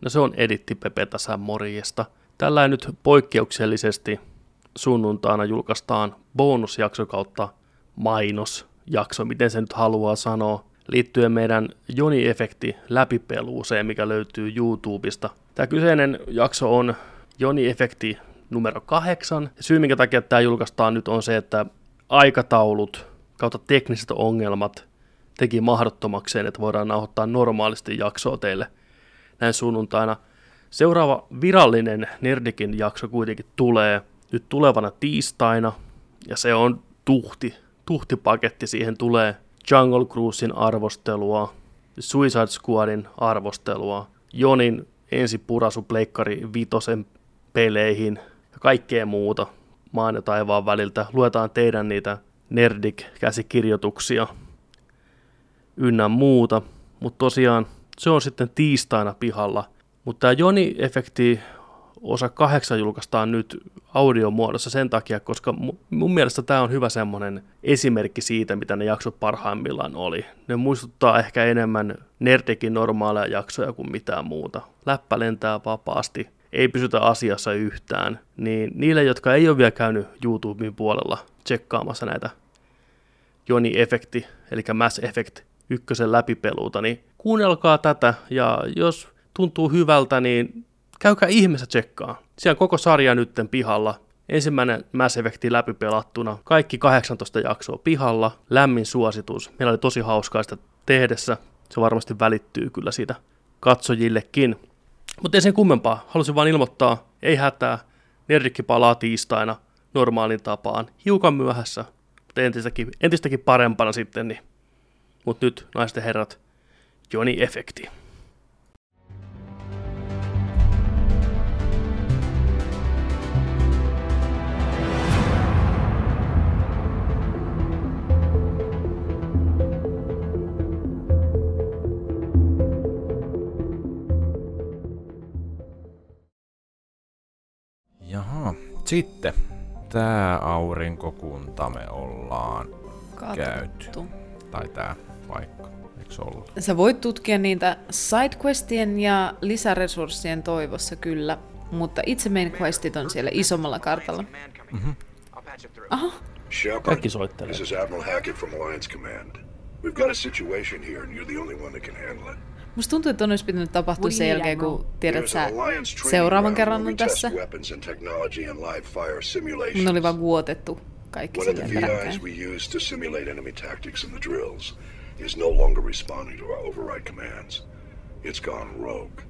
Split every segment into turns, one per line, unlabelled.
No se on editti Pepe tässä morjesta. Tällä nyt poikkeuksellisesti sunnuntaina julkaistaan bonusjakso kautta mainosjakso, miten se nyt haluaa sanoa, liittyen meidän Joni-efekti läpipeluuseen, mikä löytyy YouTubesta. Tämä kyseinen jakso on Joni-efekti numero kahdeksan. Syy, minkä takia tämä julkaistaan nyt on se, että aikataulut kautta tekniset ongelmat teki mahdottomakseen, että voidaan nauhoittaa normaalisti jaksoa teille näin sunnuntaina. Seuraava virallinen Nerdikin jakso kuitenkin tulee nyt tulevana tiistaina, ja se on tuhti, tuhtipaketti. Siihen tulee Jungle Cruisein arvostelua, Suicide Squadin arvostelua, Jonin ensipurasu Pleikkari Vitosen peleihin ja kaikkea muuta maan ja taivaan väliltä. Luetaan teidän niitä Nerdik-käsikirjoituksia ynnä muuta, mutta tosiaan se on sitten tiistaina pihalla. Mutta tämä Joni-efekti osa kahdeksan julkaistaan nyt audiomuodossa sen takia, koska mun mielestä tämä on hyvä semmoinen esimerkki siitä, mitä ne jaksot parhaimmillaan oli. Ne muistuttaa ehkä enemmän Nerdikin normaaleja jaksoja kuin mitään muuta. Läppä lentää vapaasti, ei pysytä asiassa yhtään. Niin niille, jotka ei ole vielä käynyt YouTuben puolella tsekkaamassa näitä Joni-efekti, eli Mass Effect ykkösen läpipeluuta, niin kuunnelkaa tätä ja jos tuntuu hyvältä, niin käykää ihmeessä tsekkaa. Siellä on koko sarja nytten pihalla. Ensimmäinen Mass Effect läpipelattuna. Kaikki 18 jaksoa pihalla. Lämmin suositus. Meillä oli tosi hauskaa sitä tehdessä. Se varmasti välittyy kyllä siitä katsojillekin. Mutta ei sen kummempaa. Halusin vain ilmoittaa, ei hätää. Nerdikki palaa tiistaina normaalin tapaan. Hiukan myöhässä, mutta entistäkin, entistäkin parempana sitten. Niin. Mutta nyt, naisten herrat, Joni Efekti.
Jaha, sitten tää aurinkokunta me ollaan käyty.
Katsottu.
Tai tää paikka, eikö olla?
Sä voit tutkia niitä sidequestien ja lisäresurssien toivossa kyllä, mutta itse main questit on siellä isommalla kartalla. Aha,
Shepard,
Kaikki soittelee.
this is Admiral Hackett from Alliance Command. We've got a situation here, and you're the only one that can handle it.
musta tuntuu, että on olisi pitänyt tapahtua sen jälkeen, kun tiedät
There's
sä,
an Alliance training
seuraavan
ground
kerran
where we
on
test
tässä.
weapons and technology and live fire
Mun oli
simulations.
vaan vuotettu kaikki
One of the
sinne
VIs
peräkkäin.
we use to simulate enemy tactics in the drills is no longer responding to our override commands. It's gone rogue.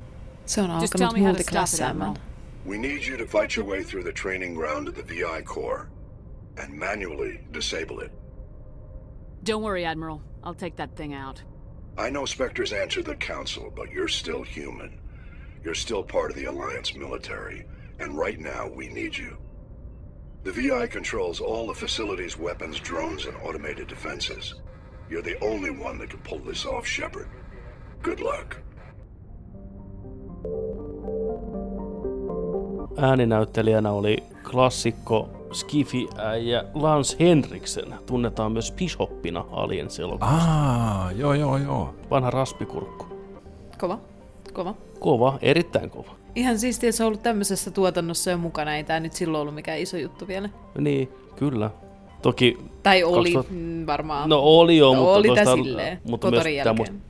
Se on
Just tell
alkanut
me how to stop it,
multiklassaamaan.
Admiral.
We need you to fight your way through the training ground of the VI Corps and manually disable it.
Don't worry, Admiral. I'll take that thing out.
I know Spectres answered the Council, but you're still human. You're still part of the Alliance military, and right now we need you. The VI controls all the facility's weapons, drones, and automated defenses. You're the only one that can pull this off, Shepard. Good luck.
Ääninäyttelijänä oli klassikko skifi ja Lance Henriksen. Tunnetaan myös Bishoppina Alien-elokuvassa.
Aa, joo joo joo.
Vanha raspikurkku.
no. Kova, kova.
Kova, erittäin kova.
Ihan siistiä, että se on ollut tämmöisessä tuotannossa jo mukana, ei tää nyt silloin ollut mikään iso juttu vielä.
Niin, kyllä. Toki,
Tai oli
2000
mm, varmaan.
no oli jo,
No
mutta,
oli tää
toista-
silleen,
mutta myös
kotorin
tämä,
jälkeen.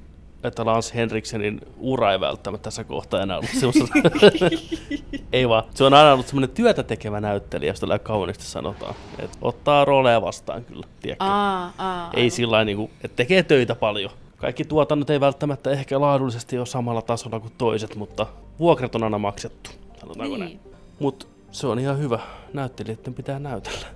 että Lance Henriksenin ura ei välttämättä tässä kohtaa enää ollut semmoista. ei vaan, se on aina ollut semmoinen työtä tekevä näyttelijä, jos tällä kauniisti sanotaan. Et ottaa rooleja vastaan kyllä, tiedätkö?
Aa, aa,
Ei sillä lailla, niinku, että tekee töitä paljon. Kaikki tuotannot ei välttämättä ehkä laadullisesti ole samalla tasolla kuin toiset, mutta vuokrat on aina maksettu, sanotaanko niin.
Niin.
näin. Mutta se on ihan hyvä. Näyttelijöiden pitää näytellä.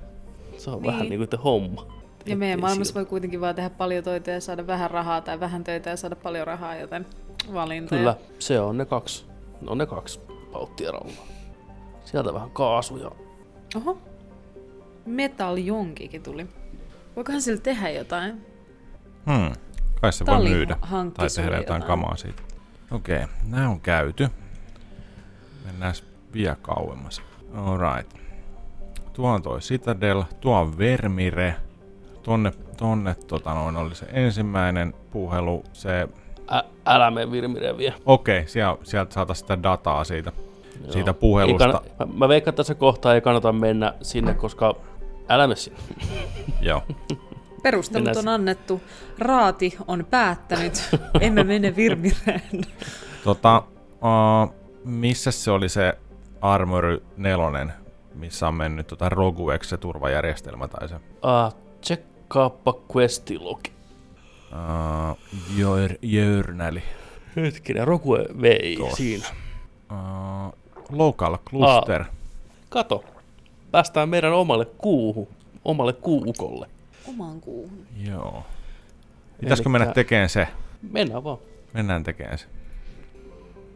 Se on niin. vähän
Niin.
niin kuin te homma.
Ja
Ettei
meidän maailmassa
siltä.
voi kuitenkin vaan tehdä paljon töitä ja saada vähän rahaa, tai vähän töitä ja saada paljon rahaa, joten valintoja.
Kyllä, se on ne kaksi. Ne on ne kaksi pauttieraulaa. Sieltä vähän kaasuja.
Oho. Metal jonkikin tuli. Voikohan sillä tehdä jotain?
Hmm. Kai se voi
Tallin
myydä.
hankki
Tai
sulle
tehdä jotain
jotain.
kamaa siitä. Okei, okay, nää on käyty. Mennään vielä kauemmas. Alright. Tuo on toi Citadel, tuo on Vermire. Tonne, tonne tota noin oli se ensimmäinen puhelu. Se
Ä, älä mene virmireviä.
Okei, siellä, sieltä saataisiin sitä dataa siitä, siitä
Ei
puhelusta.
kann- mä, mä veikkaan että tässä kohtaa ei kannata mennä sinne, koska älä mene sinne.
Joo.
Perustelut on
Mennään
annettu. Raati on päättänyt. Emme mene Virmireen.
Tota, uh, missä se oli se Armory 4, missä on mennyt tota Roguex se turvajärjestelmä tai se?
Uh, tsekkaappa questilogi.
Uh, jör, jörnäli.
Hetkinen, Rokue vei
Tossa.
siinä.
Uh, local cluster.
Kato, päästään meidän omalle kuuhun, omalle kuukolle.
Omaan kuuhun.
Joo. Pitäisikö
Elikkä-
mennä tekemään se?
Mennään vaan.
Mennään tekemään se.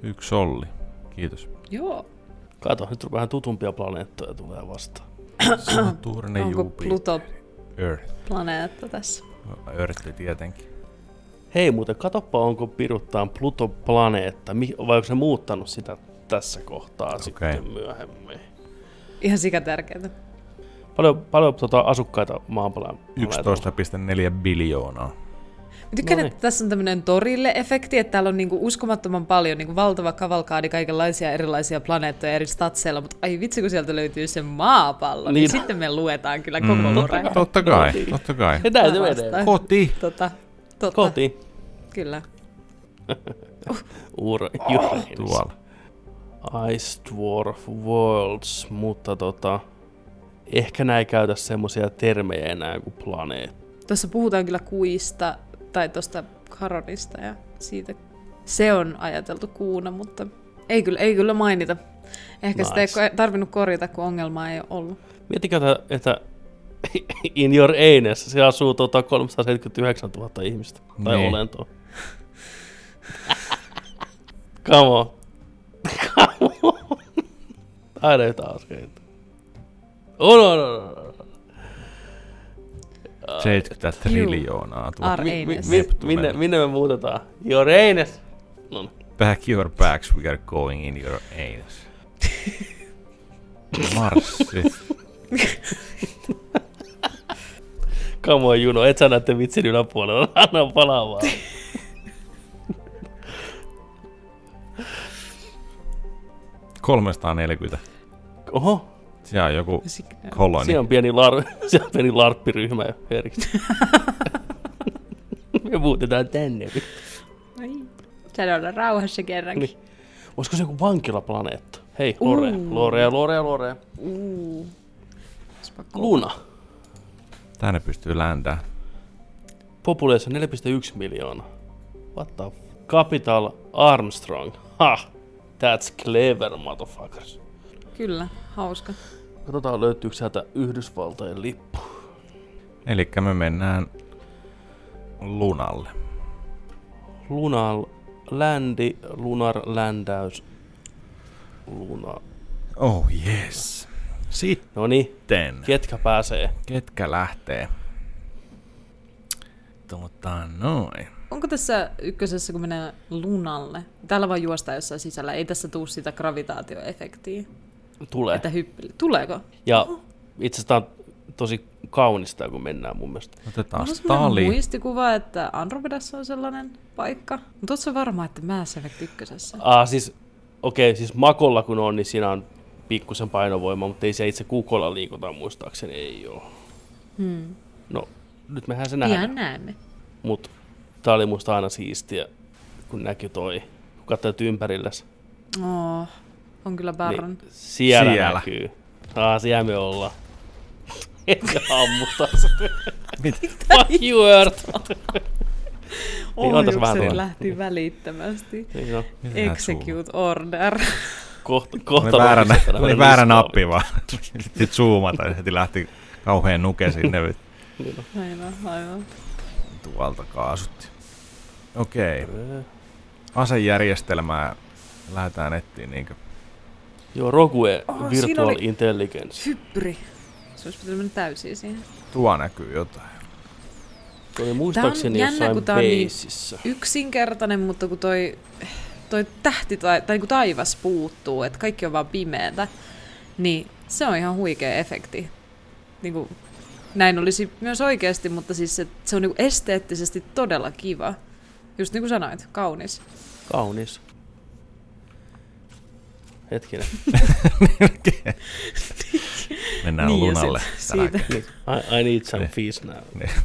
Yksi solli. Kiitos.
Joo.
Kato, nyt vähän tutumpia planeettoja tulee vastaan.
Saturne,
Onko
Jupiter,
Pluto
Earth.
planeetta tässä?
Earth tietenkin.
Hei muuten, katoppa onko piruttaan Pluto planeetta, mi- vai onko se muuttanut sitä tässä kohtaa okay. sitten myöhemmin.
Ihan sika tärkeää.
Paljon, paljon tota, asukkaita maapalaa.
11,4 biljoonaa.
Mä tykkään,
No niin.
että tässä on tämmöinen torille-efekti, että täällä on niinku uskomattoman paljon niinku valtava kavalkaadi kaikenlaisia erilaisia planeettoja eri statseilla, mutta ai vitsi, kun sieltä löytyy se maapallo, niin,
Niin.
niin sitten me luetaan kyllä koko mm, totta,
Totta kai, totta kai.
Ja näin se menee.
Koti.
Tota, totta,
Koti.
Kyllä.
Uura, oh,
Tuolla.
Ice Dwarf Worlds, mutta tota, ehkä nämä ei käytä semmoisia termejä enää kuin planeet.
Tuossa puhutaan kyllä kuista tai tuosta Karonista ja siitä. Se on ajateltu kuuna, mutta ei kyllä, ei kyllä mainita. Ehkä nice.
Nice.
sitä ei ko- tarvinnut korjata, kun ongelmaa ei ole ollut.
Miettikää, että, että in your anus, se asuu tota 379 000 ihmistä, tai
Niin.
olentoa. Come on. Come on. Aina jotain askeita. Oh, no, no, no, no.
70 triljoonaa. tuolla.
Ar-
Mi, mi,
Anus.
mi,
Neptunen.
minne, minne me muutetaan? Your anus. No, no.
Back your backs, we are going in your anus. Marssi.
Come on, Juno, et sä näette vitsin yläpuolella. Anna palaa vaan. Oho,
Siellä on joku
Sik-
koloni.
Siinä on pieni, lar- siellä on pieni larppiryhmä jo erikseen. Me muutetaan tänne.
Ai. Saada olla rauhassa kerrankin.
Niin. Olisiko se joku vankilaplaneetta? Hei, Lore, Lore, Lore, Lore.
Uu.
Luna.
Tänne pystyy ländään.
Population 4,1 miljoonaa. What the f- Capital Armstrong. Ha! That's clever, motherfuckers.
Kyllä, hauska.
Katsotaan löytyykö sieltä Yhdysvaltojen lippu.
Eli me mennään lunalle.
Lunal, ländi, lunar, ländäys, luna.
Oh yes. Sitten.
Noniin, ketkä pääsee?
Ketkä lähtee? Tota noin.
Onko tässä ykkösessä, kun menee lunalle, täällä vaan juostaan jossain sisällä, ei tässä tuu sitä gravitaatioefektiä,
Tulee.
että hyppeli. Tuleeko?
Ja itse asiassa tää on tosi kaunista, kun mennään mun mielestä.
Otetaan
Onko semmoinen
tali.
muistikuva, että Andromedassa on sellainen paikka? Mutta ootko varma, että Mass Effect ykkösessä?
Ah, siis, okei, okay, siis makolla kun on, niin siinä on pikkusen painovoima, mutta ei se itse kukolla liikuta muistaakseni, ei oo. Hmm. No, nyt mehän se
Pian
nähdään,
näemme.
mutta tää oli musta aina siistiä, kun näki toi, kun katsoit ympärilläs,
Oh, on kyllä
niin
Barron.
siellä,
Siellä.
siellä. näkyy. Ah, siellä me ollaan. Etkä ammuta. Fuck you, Earth!
Niin,
antas vähän
Ohjukseni
tuolla.
lähti välittömästi.
Niin, no,
Mitähän suulla?
Execute order.
kohta,
Oli
kohta
väärä,
mä pistän
oli
tänne
väärä
listalle.
nappi vaan. Sitten zoomata ja heti lähti kauheen nuke sinne
Aivan, aivan.
tuolta kaasutti. Okei. Asejärjestelmää lähdetään etsiin niinkö.
Joo, Rogue
Oh, siinä
Virtual
oli-
Intelligence.
Hyppyri. Se olisi pitänyt mennä täysin siihen.
Tuo näkyy jotain.
Tuo oli muistaakseni
jännä,
jossain
kun tää on niin-
baseissa.
yksinkertainen, mutta kun toi, toi tähti tai, tai kun taivas puuttuu, että kaikki on vaan pimeätä, niin se on ihan huikea efekti. Niin kuin, näin olisi myös oikeasti, mutta siis se, se on niin esteettisesti todella kiva. Just niin kuin sanoit, kaunis.
Kaunis. Hetkinen.
Mennään
Niin,
niin,
ja
lunalle.
sit-
tänään.
siitä.
Nyt. I, I need some fish now.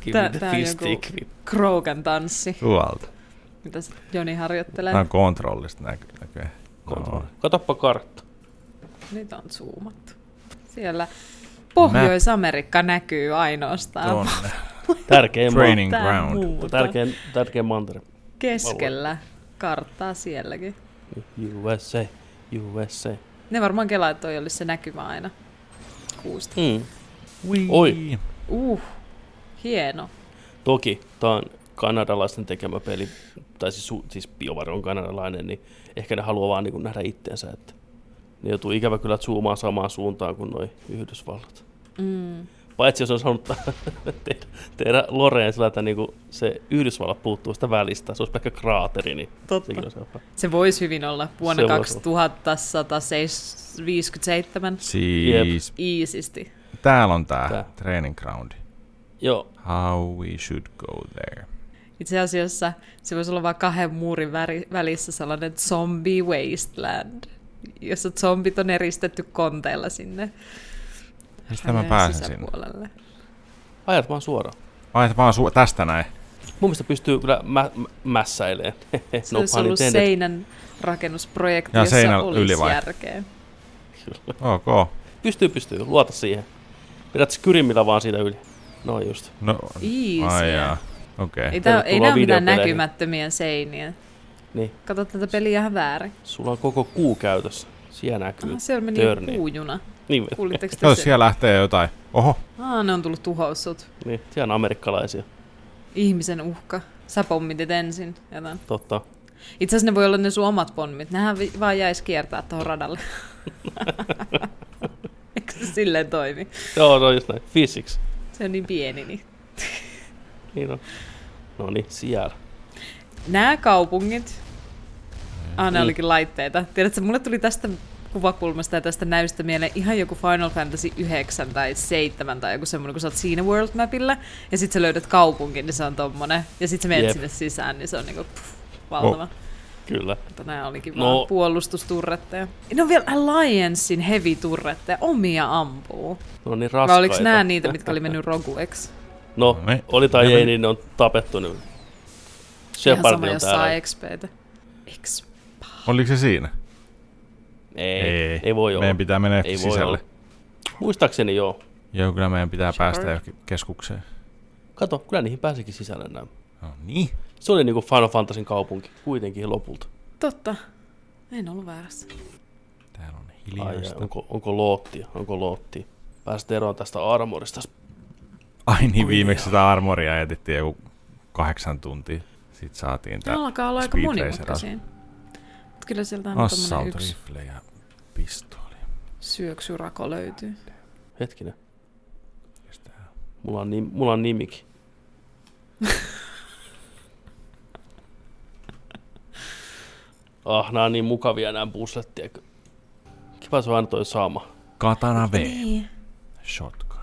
Give
Tää-
me the
tää on
fish
joku-
stick.
Krogan tanssi,
Tuolta.
mitä s- Joni harjoittelee.
Tämä on kontrollista näky- näköjään. No.
Katoppa kartta.
Nyt Niin on zoomattu. Siellä Pohjois-Amerikka näkyy ainoastaan.
Tuonne.
Tärkein
Training
Mitään
ground.
mantere.
Muuta.
Tärkein, tärkein mantere.
Keskellä karttaa sielläkin.
USA. USA.
Ne varmaan kelaa, että toi olisi se näkymä aina. Kuusta.
Mm.
Wii.
Oi.
Uh, hieno.
Toki tämä on kanadalaisten tekemä peli, tai siis, su- siis BioWare on kanadalainen, niin ehkä ne haluaa vaan niin nähdä itteensä, että ne joutuu ikävä kyllä zoomaan samaan suuntaan kuin noi Yhdysvallat.
Mm.
Paitsi jos on saanut tehdä, tehdä Loreen sillä, että niin se Yhdysvallat puuttuu sitä välistä, se olisi pelkkä kraateri, niin
Totta.
sekin olisi helppoa.
Se voisi hyvin olla vuonna
Se voisi olla.
2157
Siis
iisisti.
täällä on tää,
Tää.
training ground.
Joo,
How we should go there.
Itse asiassa se voisi olla vain kahden muurin väri, välissä sellainen zombie wasteland, jossa zombit on eristetty konteilla sinne
Mistä mä
rajojen
pääsen sinne?
sisäpuolelle.
ajat vaan suoraan.
Vaihda vaan su- tästä näin.
Mun mielestä pystyy kyllä mä- No mä- mässäileen.
No
Se olisi ollut seinän rakennusprojekti,
Ja
jossa
seinän
olisi
yli vai?
järkeä.
Ok.
Pystyy, pystyy. Luota siihen. Pidät skyrimillä vaan siitä yli. No just.
No,
Easy.
ai jaa. Okei.
Ei,
Okay.
Tervetuloa
tää, ei nämä ole mitään
videopeleihin.
näkymättömiä seiniä.
Niin.
Kato tätä peliä ihan väärin.
Sulla on koko kuu käytössä. Siellä näkyy.
Aha, siellä meni
Törni.
puujuna.
Niin,
Kuulitteko te
Jos
sen?
siellä lähtee jotain. Oho,
Aa, ne on tullut tuhoussut.
niin, siellä on amerikkalaisia.
Ihmisen uhka. Sä pommitit ensin. Jotain.
Totta.
Itse asiassa ne voi olla ne sun omat pommit. Nehän vi- vaan jäis kiertää tuohon radalle. Eikö se silleen toimi?
Joo, se on just näin. Physics.
Se on niin pieni. Niin.
Niin on. No niin, siellä.
Nämä kaupungit.
Niin.
Ah, ne olikin laitteita. Tiedätkö, mulle tuli tästä kuvakulmasta ja tästä näystä mieleen ihan joku Final Fantasy 9 tai 7 tai joku semmoinen, kun sä oot siinä world mapilla ja sit sä löydät kaupunkin, niin se on tommonen. Ja sit sä menet
Jep.
sinne sisään, niin se on niinku pff, valtava.
Oh.
Kyllä.
Mutta nämä olikin
No.
no. vaan puolustusturretteja. Ne on vielä Alliancein heavy-turretteja, omia ampuu.
No niin,
Vai
raskaita.
oliko nämä niitä, mitkä oli mennyt rogueksi?
No,
No niin.
oli tai
Ne
ei,
meni.
niin ne on tapettu nyt.
Ihan
Shepard
sama,
on
jos
täällä.
saa XPtä. X.
oliko se siinä?
Ei, ei, ei voi olla.
Meidän pitää mennä
Ei voi
sisälle.
olla. Muistaakseni joo.
Joo, kyllä meidän pitää
Shepard.
päästä johonkin keskukseen.
Kato, kyllä niihin pääsikin sisälle näin.
No niin.
Se oli niinku Final Fantasyn kaupunki kuitenkin lopulta.
Totta. En ollut väärässä.
Täällä on
Ai, ai,
hiljaista.
onko, onko loottia? Onko loottia? Pääsit eroon tästä armorista.
Ai niin, viimeksi sitä armoria etittiin joku kahdeksan tuntia. Sitten saatiin
Ne
tää
alkaa olla aika
Speed
monimutkaisia. Mut Kyllä sieltä
Racer-
on tommonen
Assault
yksi
rifle ja pistooli.
syöksyrako löytyy.
Hetkinen,
Mikäs tää on?
mulla on, nim, mulla on nimikin. ah, nää on niin mukavia nämä puslet, tiedätkö? Kiva se on aina toi sama.
Katana V.
Niin.
Shotgun.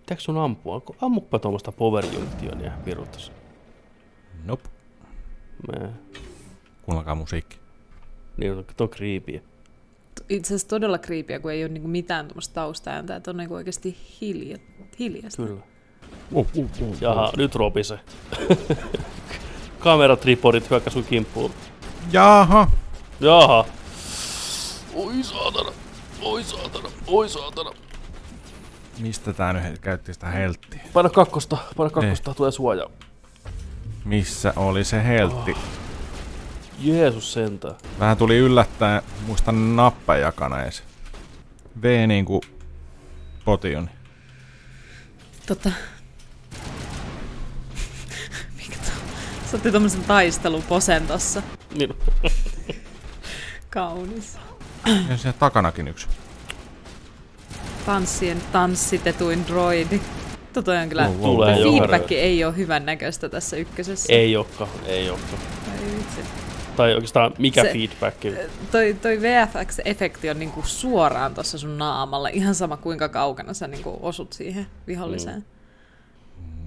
Pitääkö sun ampua? Ammukpa tuommoista power junctionia viruttas.
Nope.
Me,
Kuunnelkaa musiikki.
niin on, on creepy.
Itse asiassa todella kriipiä, kun ei ole niinku mitään tuommoista taustaääntä, että on niinku oikeasti hilja, hiljasta.
Kyllä.
Uh, uh, uh.
Jaha, nyt ropisee. Kameratriporit hyökkäs sun kimppuun.
Jaha.
Jaha. Oi saatana. Oi saatana. Oi saatana.
Mistä tää nyt käytti sitä helttiä?
Paina kakkosta. Paina
Niin.
kakkosta. Tulee suoja.
Missä oli se heltti?
Jeesus sentään.
Vähän tuli yllättäen, muistan nappajakana ees. V niinku potion.
Tota... Mikä tuo? Sä otti tommosen taisteluposen tossa.
Niin.
Kaunis.
Ja siellä takanakin yksi.
Tanssien tanssitetuin droidi. Tota on kyllä...
Wow, wow,
Tulee
wow.
jo.
Feedback ei ole hyvän näköistä tässä ykkösessä.
Ei olekaan. Ei olekaan.
Ai vitsi.
Tai oikeastaan mikä
Se-
feedback.
Toi, toi VFX-efekti on niinku suoraan tuossa sun naamalla. Ihan sama kuinka kaukana sä niinku osut siihen viholliseen.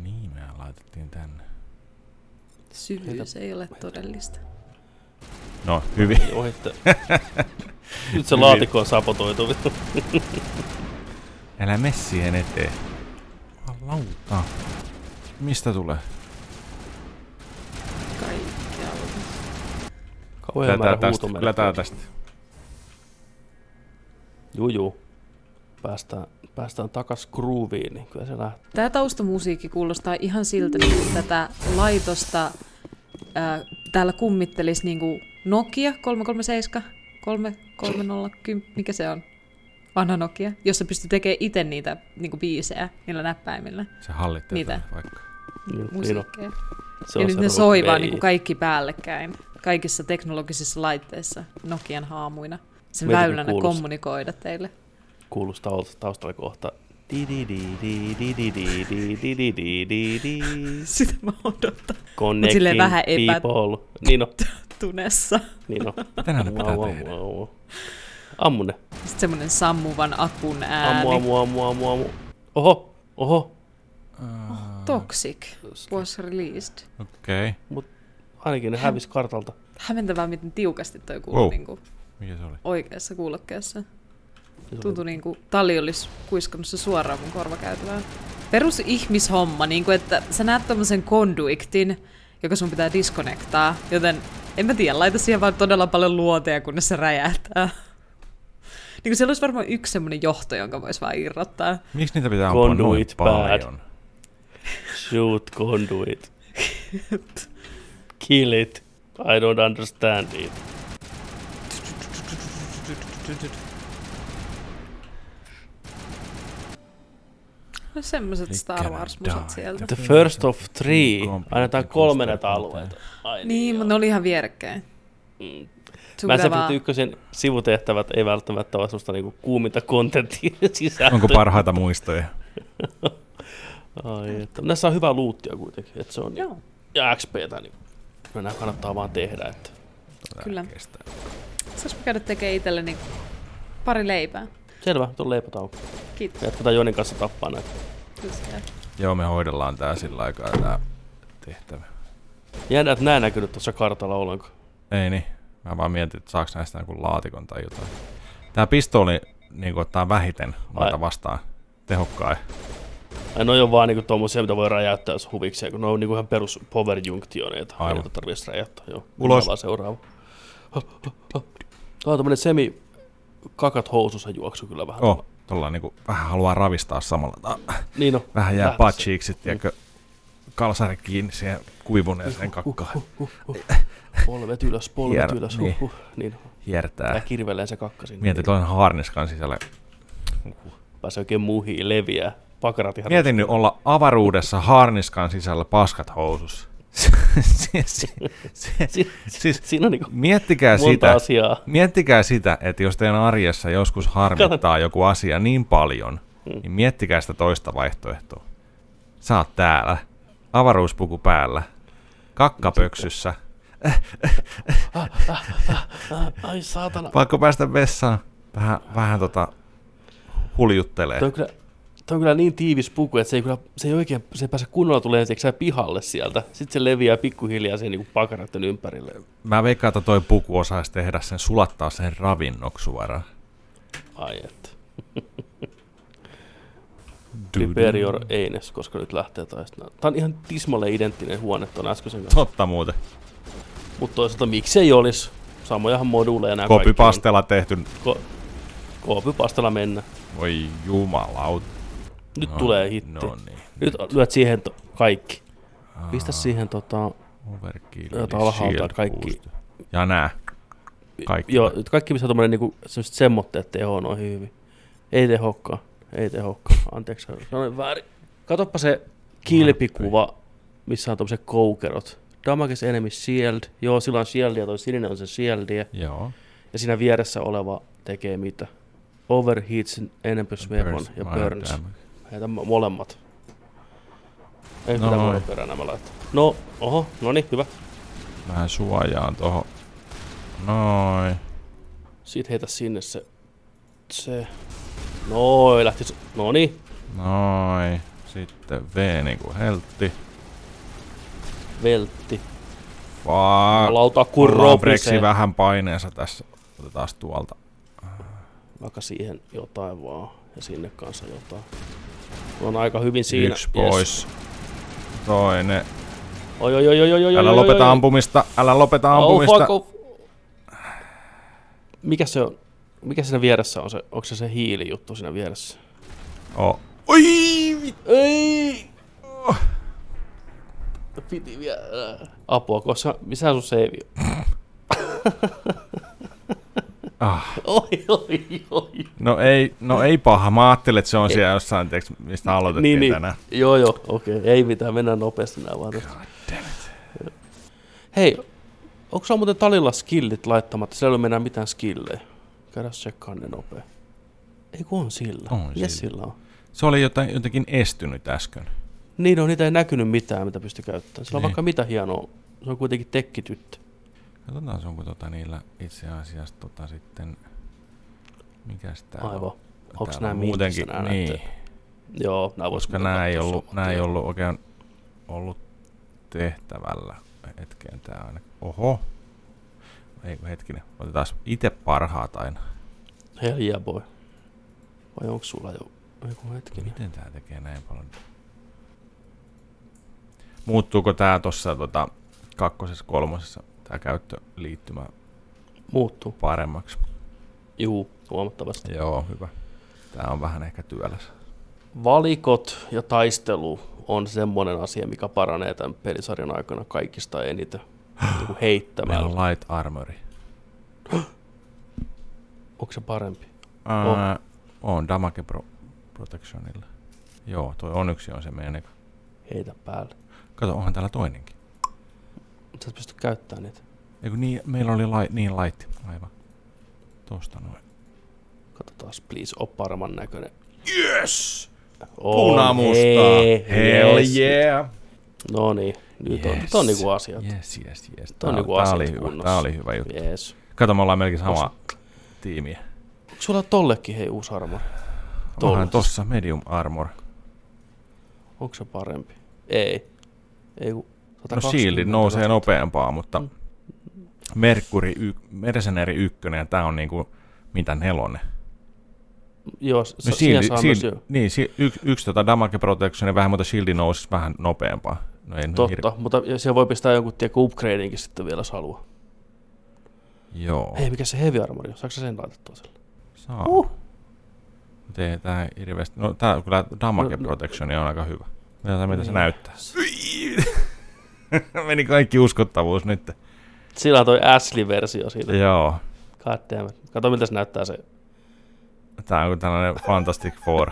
Niin me laitettiin tänne.
Syvyys ei ole todellista.
No, hyvin.
Ohitte. Nyt se laatikko on sapotoitu. vittu.
Älä mene siihen eteen. Lauta. Ah. Mistä tulee?
Kaikkea on.
Kauhean määrä
tästä.
huutomerkkejä.
Kyllä tää tästä.
Juu, juu. Päästään, päästään takas grooviin, niin kyllä se lähtee.
Tämä taustamusiikki kuulostaa ihan siltä, että niinku tätä laitosta ää, täällä kummittelisi niinku Nokia 337, 3310, mikä se on? Vanha Nokia, jossa pystyy tekemään itse niitä niinku biisejä niillä näppäimillä
Se hallitsee
Mitä?
tätä vaikka.
Niin, niin on.
musiikkeja.
Se on
ja nyt
se
ne
rouva
soi vaan
veli.
niin kaikki päällekkäin, kaikissa teknologisissa laitteissa, Nokian haamuina. Sen
Mietin, kun
väylänä
kuulostaa.
kommunikoida teille.
Kuulostaa olta taustalla kohta. Di-di-di-di-di-di-di-di-di-di-di.
Sitä mä odotan
Connecting
vähän epä-
people. Niin on,
tunessa.
niin on.
Tänään ne pitää
Wow, wow,
tehdä.
wow, wow. Ammu ne.
Sitten semmonen sammuvan akun ääni.
Ammu, ammu, ammu, ammu, ammu. Oho, oho.
Ah.
Toxic was released.
Okei. Okay.
Mut ainakin ne hävisi kartalta.
Hämmentävää, miten tiukasti toi kuului
Wow.
wow. niinku
Mikä se oli?
oikeassa kuulokkeessa. Tuntui niinku tali olisi kuiskannut se suoraan mun korvakäytävään. Perus ihmishomma, niinku että sä näet tommosen conduitin, joka sun pitää disconnectaa, joten en mä tiedä, laita siihen vaan todella paljon luoteja, kunnes se räjähtää. Niinku siellä olisi varmaan yksi semmonen johto, jonka vois vaan irrottaa.
Miksi niitä pitää ampua noin
Conduit bad.
paljon?
Shoot conduit. Kill it. I don't understand it.
No semmoset Star
Ikänä
Wars-musat
die.
sieltä.
The first of three. Annetaan kolme näitä alueita. Ai
Niin, mutta ne oli ihan vierekkäin. Sun
Mä
pitää
sen
vaan-
ykkösen sivutehtävät ei välttämättä ole semmoista niinku kuuminta kontenttia sisältöä.
Onko parhaita muistoja?
Ai, että. Näissä on hyvää luuttia kuitenkin, että se on niinku
Joo,
ja XPtä, niin kyllä nämä kannattaa vaan tehdä. Että.
kyllä.
Kestää.
Saanko mä käydä tekemään itselleni pari leipää?
Selvä, tuon leipätauko.
Kiitos.
Jatketaan Jonin kanssa tappaa näitä.
Just jää.
Joo, me hoidellaan tää sillä aikaa tää tehtävä.
Jännä, että nää näkynyt tuossa kartalla ollenkaan.
Ei niin. Mä vaan mietin, että saaks näistä jonkun laatikon tai jotain. Tää pistooli niin ottaa vähiten noita
Ai.
vastaan. Tehokkain.
Ai noi on vaan niinku tommosia, mitä voi räjäyttää jos huvikseen, kun ne on niinku ihan perus power junktioneita.
Aivan.
Aivan. Niitä tarvitsisi räjäyttää, joo.
Ulos.
Mennään Vaan seuraava. Tää on tämmönen semi kakat housussa juoksu kyllä vähän.
Oh, tuolla niinku vähän haluaa ravistaa samalla. Ah,
Niin on.
Vähän jää
Lähdössä.
patsiiksi, tiedätkö, kalsari kiinni siihen kuivuneeseen kakkaan.
Polvet ylös, polvet
Hieno,
ylös.
niin. Äh.
Niin. Huh, niin. Tää
Hiertää.
kirvelee se kakka sinne.
Mietin, tuollainen haarniskan sisällä.
Pääsee oikein muhiin leviää. Pakarat ihan
Mietin nyt olla avaruudessa haarniskan sisällä paskat housussa. si, si, si,
Si-
siis
Siinä on niinku
miettikää
monta
sitä,
asiaa.
miettikää sitä, että jos teidän arjessa joskus harmittaa joku asia niin paljon,
Mm.
niin miettikää sitä toista vaihtoehtoa. Sä oot täällä, avaruuspuku päällä, kakkapöksyssä,
Ai saatana.
pakko päästä vessaan, vähän, vähän tota huljuttelee.
Toi on kyllä, toi on kyllä niin tiivis puku, että se ei, kyllä, se ei oikein se ei pääse kunnolla tulee se pihalle sieltä. Sitten se leviää pikkuhiljaa siihen niin pakaratten ympärille.
Mä veikkaan, että toi puku osaisi tehdä sen, sulattaa sen ravinnoksi suoraan.
Ai että.
Du-
Superior Eines, koska nyt lähtee taistelemaan. Tämä on ihan tismalle identtinen huone tuon äskeisen kanssa.
Totta muuten.
Mutta toisaalta miksei olisi? Samojahan moduuleja nämä kaikki on.
Kopipastella tehty.
Ko- Koopipastella mennä.
Voi jumalaut.
Nyt tulee hitti.
No niin.
Nyt lyöt siihen to- kaikki. Pistä siihen tota...
Overkill.
Otetaan alhaalta
shield
kaikki.
boost. Ja nää. Kaikki.
Joo, kaikki missä on tommonen niinku semmoset semmoitteet tehoo noin hyvin. Ei tehokkaan, ei tehokkaan. Anteeksi, sanoin väärin. Katoppa se kilpikuva, missä on tommoset koukerot. Damages enemy shield. Joo, sillä on shieldia, toi sininen on se shieldia.
Joo.
Ja siinä vieressä oleva tekee mitä? Overheats enemy weapon ja
minor
burns.
damage.
Heitä mo- molemmat. Ei
No
no. pitää
noin.
voi perään nämä laittaa. No, oho, no niin, hyvä.
Vähän suojaan tohon. Noin.
Sitten heitä sinne se... Se... Noi, lähti... su- No niin,
Noin. Sitten V niinku heltti.
veltti.
Vaan
Lauta kun
Labreksi
ropisee.
vähän paineensa tässä. Otetaan tuolta.
Vaikka siihen jotain vaan ja sinne kanssa jotain. On aika hyvin siinä.
Yksi pois. Toinen.
Yes. Oi, oi, oi, oi, oi, oi,
Älä
oi,
lopeta
oi, oi.
ampumista. Älä lopeta
Oh,
ampumista.
fuck off. Mikä se on? Mikä siinä vieressä on se? Onko se se hiilijuttu siinä vieressä?
Oh. Oi! vit-
Ei! Piti vielä. Apua, koska missä sun seivi on?
Ah.
Oi, oi, oi.
No ei, no ei paha. Mä ajattelin, että se on siellä jossain, tiiäks, mistä aloitettiin
Niin, niin.
tänään.
Joo, joo, okei. Okay. Ei mitään, mennään nopeasti nää vaan. tästä. Hei, onko sulla muuten talilla skillit laittamatta? Siellä ei ole enää mitään skillejä. Käydään tsekkaan ne nopea. Ei kun on sillä.
On
Jes,
sillä.
sillä on.
Se oli jotain, jotenkin estynyt äsken.
Niin on, niitä ei näkynyt mitään, mitä pystyy käyttämään. Sillä on
Niin.
vaikka mitä hienoa. Se on kuitenkin tekkityttö.
Katsotaan se onko tota niillä itse asiassa tota sitten... Mikäs tää
Aivan.
on?
Onks
Täällä
nää
on
missä
muutenkin,
nää
niin.
näyttää? Joo, nää vois
Koska
muuten
nämä ei,
katsoa
ollut,
saman
nämä ei
tien.
ollut oikein ollut tehtävällä hetkeen tää aina. Oho. Ei kun hetkinen. Otetaan itse parhaat aina.
Hei, yeah boy. Vai onko sulla jo joku hetkinen?
Miten tää tekee näin paljon? Muuttuuko tää tossa tota, kakkosessa, kolmosessa tää käyttöliittymä
Muuttuu.
paremmaksi?
Juu, huomattavasti.
Joo, hyvä. Tää on vähän ehkä työläs.
Valikot ja taistelu on semmoinen asia, mikä paranee tämän pelisarjan aikana kaikista eniten. Joku
Meillä on
heittämällä.
light armori.
Onko se parempi?
Ää, Oh. on damage pro- protectionilla. Joo, toi on yksi on se meidän eka.
Heitä päälle.
Kato, onhan täällä toinenkin.
Sä et pysty käyttämään niitä.
Eiku niin, meillä oli lai, niin laitti. Aivan. Tosta noin.
Katsotaan, please, on paremman näköinen.
Yes!
On,
Punamusta!
Oh, hei,
Hell
yes.
yeah!
No niin, nyt on, nyt on niinku asia.
Yes, yes, yes.
Tää on
Tää,
niinku
tää,
asiat
oli hyvä,
kunnossa.
tää oli hyvä juttu.
Yes.
Kato, me ollaan melkein samaa tiimiä.
Onko sulla tollekin hei uusi armori?
Onhan
Tollas.
tossa medium armor. No,
Onko se parempi? Ei. Ei ku-
No
120.
shield nousee nopeampaa, mutta
Mm.
Mercury, y- Mercenary 1 ja tää on niinku mitä nelonen.
Joo, s-
No
siihen
shield,
saa myös
shield,
jo.
niin, si- yksi, yksi tota damage protection ja vähän, mutta shieldi nousisi vähän nopeampaa. No ei nyt
Totta, mutta siellä voi pistää jonkun tiekku upgradeinkin sitten vielä, jos haluaa.
Joo.
Hei, mikä se heavy armori on? Saatko sä sen laitettua sille?
Saa. Uh. Tee tää hirveästi. No tää on kyllä damage protection on aika hyvä. Mitä tää, mitä se näyttää? Meni kaikki uskottavuus nyt.
Sillä on toi Ashley-versio siitä.
Joo.
God damn it. Kato, miltä se näyttää se.
Tää on kuin tällainen Fantastic Four.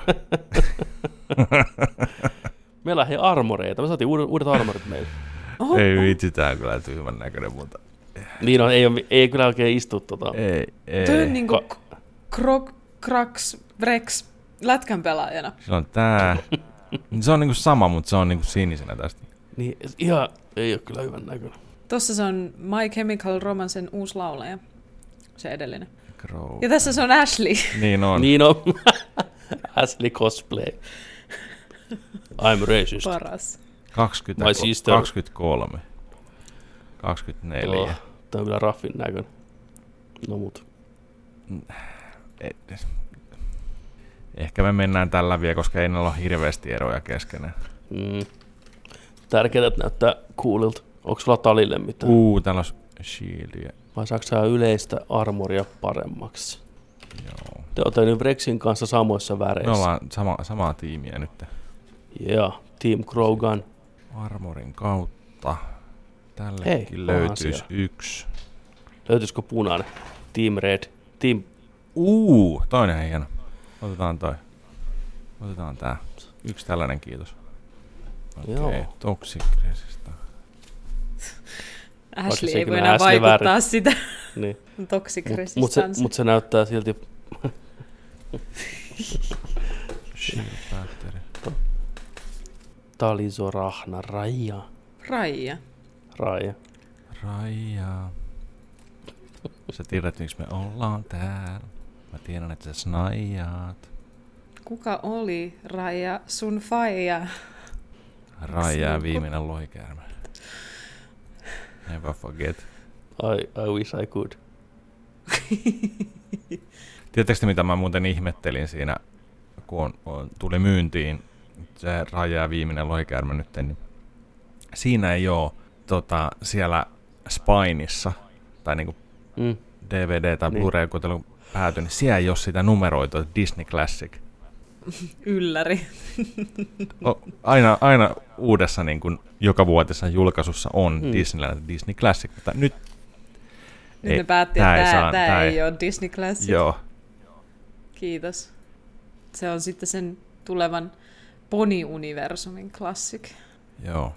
Meillä on hei armoreita. Me saatiin uudet, uudet armorit meille.
Oho,
ei vitsi, tää on kyllä tyhmän näköinen, mutta
Niin on, ei, ole, ei kyllä oikein istu tota.
ei, ei.
Toi on niinku
Ka-
k- krok, kraks, vreks, lätkän pelaajana.
Sillä on tää. Se on niinku sama, mutta se on niinku sinisenä tästä.
Niin ihan, ei ole kyllä hyvän näköinen.
Tossa se on My Chemical Romancen uusi laulaja. Se edellinen.
Crow.
Ja tässä se on Ashley.
Niin on.
Niin on. Ashley cosplay. I'm racist.
Paras.
20,
My sister.
23. 24.
Oh, Tämä on kyllä raffin näköinen. No mut.
Et- Ehkä me mennään tällä vielä, koska ei näillä ole hirveästi eroja keskenään.
Mm. Tärkeää, että näyttää coolilta. Onko sulla talille mitään?
Uu, täällä on shieldiä.
Vai saako sä yleistä armoria paremmaksi?
Joo.
Te olette nyt Rexin kanssa samoissa
Me
väreissä.
ollaan sama, samaa tiimiä nyt.
Yeah. Team Krogan.
Armorin kautta.
Hei,
Tällekin
paha
löytyisi
asia.
yksi.
Löytyisikö punainen? Team Red. Team...
Uu, toinen on hieno. Otetaan toi. Otetaan tää. Yksi tällainen, kiitos. Okei, okay,
Joo.
toxic resista.
se
Ashley ei
kyllä
voi enää
Ashley
vaikuttaa
väärin.
sitä.
Niin.
Toxic
Mut,
resistance.
mut, se, mut se näyttää silti...
Shield battery.
Taliso Rahna Raija.
Raija.
Raija.
Raija. Sä tiedät, miksi me ollaan täällä. Mä tiedän, että sä snaijaat.
Kuka oli Raija sun faija?
Raija ja viimeinen lohikäärme. Never forget.
I, I wish I could.
Tiedättekö te, mitä mä muuten ihmettelin siinä, kun on, on, tuli myyntiin se raja ja viimeinen lohikäärme nyt, niin siinä ei ole tota, siellä Spineissa, tai niinku
Mm.
DVD tai
Niin.
Blu-ray, kun teillä on päätynyt, niin siellä ei ole sitä numeroitua Disney Classic.
Ylläri.
O, aina, aina uudessa niin kuin joka vuotessa julkaisussa on mm. Disneyland Disney Classic, mutta nyt
Nyt
Ei,
ne päätti,
tää
että
ei saa-
tämä,
tää
tämä ei
ei-
ole Disney Classic.
joo,
Kiitos. Se on sitten sen tulevan Pony-universumin classic.
joo.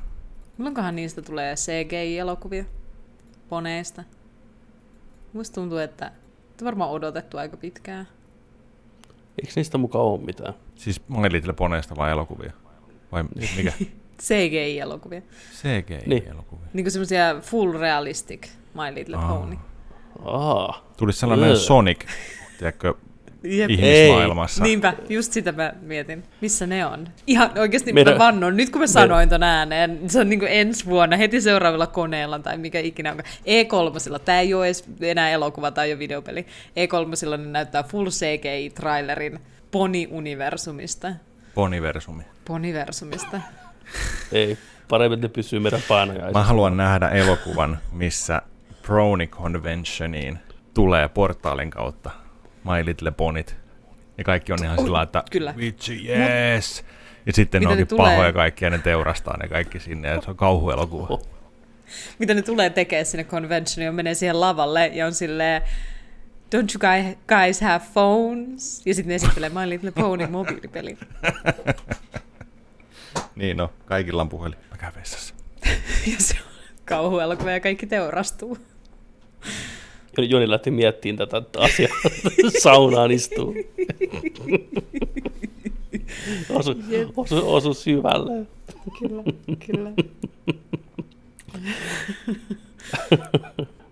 Milloinkohan niistä tulee CGI-elokuvia poneista? Musta tuntuu, että että varmaan odotettu aika pitkään.
Eikö niistä mukaan ole mitään?
Siis My Little Poneesta vai elokuvia? Vai mikä?
CGI-elokuvia.
CGI-elokuvia.
Niin kuin semmosia full realistic My Little
Aa.
Pony.
Aa,
Tulisi sellainen
Ugh.
Sonic, tiedätkö,
Jep. Niin.
ihmismaailmassa.
Niinpä, just sitä mä mietin. Missä ne on? Ihan oikeasti
Meidän-
mä vannon. Nyt kun mä sanoin
meidän-
ton ääneen, se on niin kuin ensi vuonna, heti seuraavilla koneella tai mikä ikinä onkaan. E3, tämä ei ole edes enää elokuva tai jo videopeli. E3 ne näyttää full CGI-trailerin Poni-universumista.
Poniversumi.
Poniversumista.
ei. Paremmin ne pysyy meidän painajaisissa.
Mä haluan nähdä elokuvan, missä Brony Conventioniin tulee portaalin kautta My Little Bonit. Ja kaikki on ihan sillä että
Oh, kyllä.
vitsi, yes! Ja sitten ne
Mitä ne
onkin
tulee?
pahoja kaikki ja ne teurastaa ne kaikki sinne ja se on kauhuelokuva.
mitä ne tulee tekemään sinne conventioniin, on menee siihen lavalle ja on silleen, don't you guy- guys have phones? Ja sitten ne esittelee My Little Pony mobiilipeli.
Niin no, kaikilla on puhelin. Mä käyn vessassa.
Ja se on kauhuelokuva ja kaikki teurastuu.
Joni- Joni lähti miettimään tätä asiaa. Saunaan istuu. osu, osu, osu syvälle.
Kyllä, kyllä.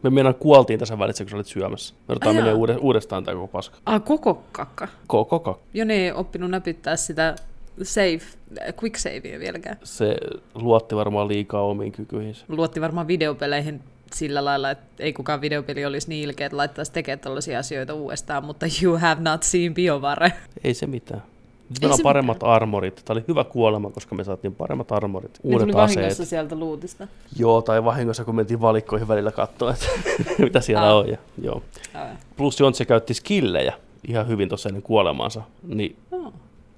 Me meinaan kuoltiin tässä välissä, kun sä olit syömässä. Me ruvetaan
Ai
menee
jaa.
uude, uudestaan tämä koko paska.
Ah, koko kakka.
Koko, koko.
Joni ei oppinut näpyttää sitä save, äh, quick savea vieläkään.
Se luotti varmaan liikaa omiin kykyihinsä.
Luotti varmaan videopeleihin sillä lailla, että ei kukaan videopeli olisi niin ilkeä, että laittaisi tekemään tällaisia asioita uudestaan, mutta you have not seen biovare.
Ei se mitään. Nyt meillä on
se
paremmat armorit. Tämä oli hyvä kuolema, koska me saatiin paremmat armorit. Uudet aseet.
sieltä luutista.
Joo, tai vahingossa, kun mentiin valikkoihin välillä katsoa, että mitä siellä
Ah.
on. Ja, joo. Plus Jontse käytti skillejä ihan hyvin tuossa ennen kuolemaansa. Niin
Oh.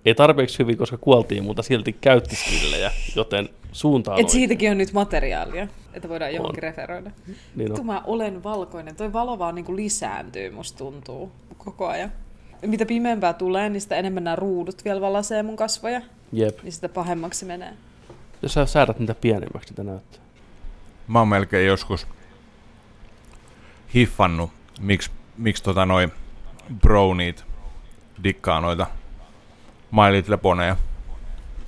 ei tarpeeksi hyvin, koska kuoltiin, mutta silti käytti skillejä, joten suuntaan
Et siitäkin on nyt materiaalia, että voidaan johonkin referoida.
Niin
Vittu
on.
mä olen valkoinen. Toi valo vaan niinku lisääntyy, musta tuntuu koko ajan. Mitä pimeämpää tulee, niin sitä enemmän nämä ruudut vielä valasee mun kasvoja,
Jep.
niin sitä pahemmaksi se menee.
Jos sä säädät niitä pienemmäksi, niitä näyttää.
Mä oon melkein joskus hiffannut, miksi miksi tota noi browniit dikkaa noita My Little Poneja.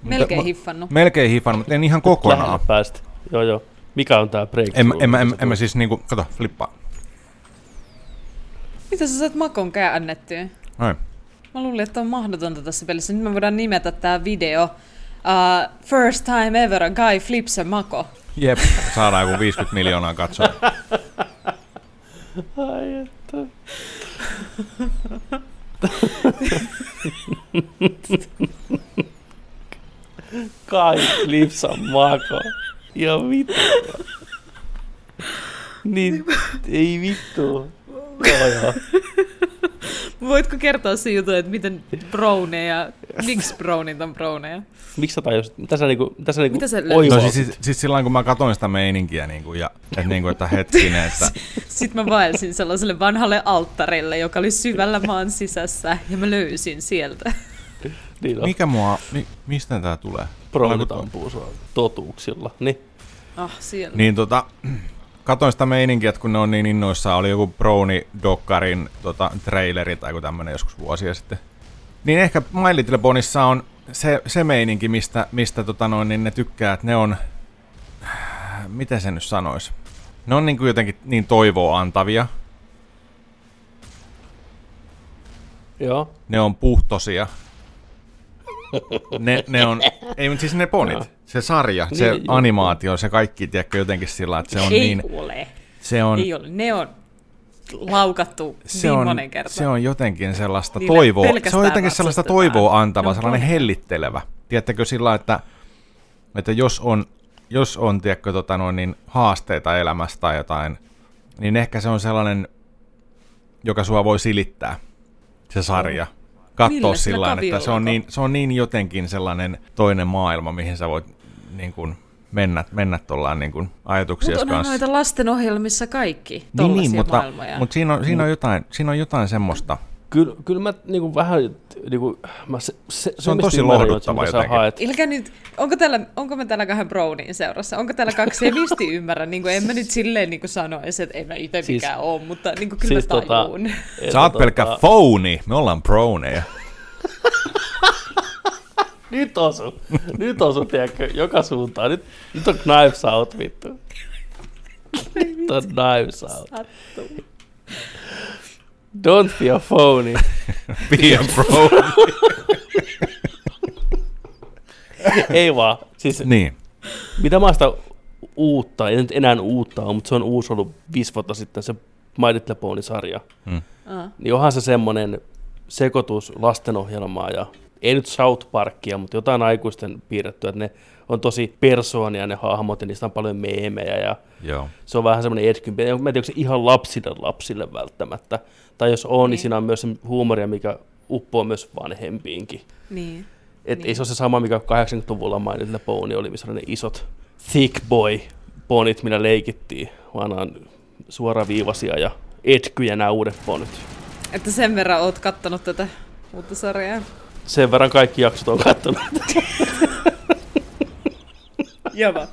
Melkein
Mutta-
hiffannut.
Melkein hiffannut, mutta en ihan kokonaan.
Lähelle päästä. Joo, joo. Mikä on tää breakthrough?
En, mä- en, mä- en, mä- en mä siis niinku, kato, flippaa.
Mitä sä saat makon käännettyä?
Noin.
Mä luulin, että on mahdotonta tässä pelissä. Nyt me voidaan nimetä tää video uh, First time ever a guy flips a mako.
Jep, saadaan joku 50 miljoonaa katsoa.
Ai että. Kai lipsa mako. Ja vittu. Niin, ei vittu. Joo, joo.
Voitko kertoa se jutun, että miten browneja, miksi brownit on browneja?
Miksi sä tajusit? Mitä sä niinku, mitä sä niinku
Mitä sä löysit?
No
oivalsit?
siis, siis, siis silloin kun mä katoin sitä meininkiä, niin kuin, ja, et, niin kuin, että hetkinen, että
Sitten mä vaelsin sellaiselle vanhalle alttarille, joka oli syvällä maan sisässä, ja mä löysin sieltä.
Niin on.
mikä mua, mi, mistä tää tulee?
Proudut
Vaikuttaa-
ampuu sua totuuksilla. Niin.
Ah, siellä.
Niin tota, katoin sitä meininkiä, että kun ne on niin innoissaan, oli joku Browni Dokkarin tota, traileri tai joku tämmönen joskus vuosia sitten. Niin ehkä My Little Ponyssa on se, se meininki, mistä, mistä tota noin, niin ne tykkää, että ne on, miten se nyt sanois? Ne on niin kuin jotenkin niin toivoa antavia,
Joo.
ne on puhtosia. Ne, ne on, ei mutta siis ne ponit, se sarja, se animaatio, se kaikki, tiedätkö, jotenkin sillä, että se on
Niin, ei
niin,
ole.
se on,
Ei ole. Ne on laukattu
se
niin
on,
monen kertaan.
se on jotenkin sellaista
Niille
toivoa, se
pelkästään
on jotenkin sellaista
ratsastetaan.
toivoa antava,
No,
sellainen
totta.
hellittelevä. Tiedättekö sillä, että, että jos on, jos on tiedätkö, tota noin, niin haasteita elämässä tai jotain, niin ehkä se on sellainen, joka sua voi silittää, se sarja. Katsoa
Millä sillä
sillä tavalla, että se on,
kaviolako?
niin, se on niin jotenkin sellainen toinen maailma, mihin sä voit niin kuin, mennä, mennä tuollaan niin kuin, ajatuksia
Mutta onhan
kanssa. Niin,
noita lastenohjelmissa kaikki tollaisia
mutta,
maailmoja.
mutta siinä, on, siinä, on jotain, siinä on jotain semmoista.
Kyllä, kyllä mä niinku vähän, niinku, mä se, se,
Se on
mistä
tosi
ymmärrän,
lohduttava
mitä sä
jotenkin.
haet.
Ilkä nyt, onko, täällä, onko me täällä kahden brownin seurassa? Onko täällä kaksi semisti ymmärrä? Niin kuin, en mä nyt silleen niin kuin sanoisi, että en mä itse
Siis-
mikään ole, mutta niin kuin, kyllä siis
tota-
tota,
mä tajuun.
et-
Sä oot pelkkä phony, me ollaan proneja.
Nyt osu, nyt osu, tiedätkö, joka suuntaan. Nyt, nyt on knives out, vittu. Nyt on knives out. Don't be a phony.
Be a pro.
Ei vaan. Siis
niin.
mitä mä oon sitä uutta, ei nyt enää uutta on, mutta se on uusi ollut viisi vuotta sitten, se My Little Pony-sarja.
Mm.
Ah.
Niin onhan se semmoinen sekoitus lastenohjelmaa ja ei nyt South Parkia, mutta jotain aikuisten piirrettyä, että ne on tosi persoonia ne hahmot ja niistä on paljon meemejä ja
Joo.
se on vähän semmoinen edkympi. Mä en tiedä, onko se ihan lapsille lapsille välttämättä. Tai jos on, niin,
Niin.
niin siinä on myös se huumoria, mikä uppoo myös vanhempiinkin.
Niin.
Et
Niin.
niin. ei se ole se sama, mikä 80-luvulla mainitilla Pony oli, missä oli ne isot thick boy ponit, millä leikittiin, vaan nämä on suoraviivaisia ja etkyjä nämä uudet ponit.
Että sen verran oot kattonut tätä uutta sarjaa.
Sen verran kaikki jaksot on kattonut.
Java.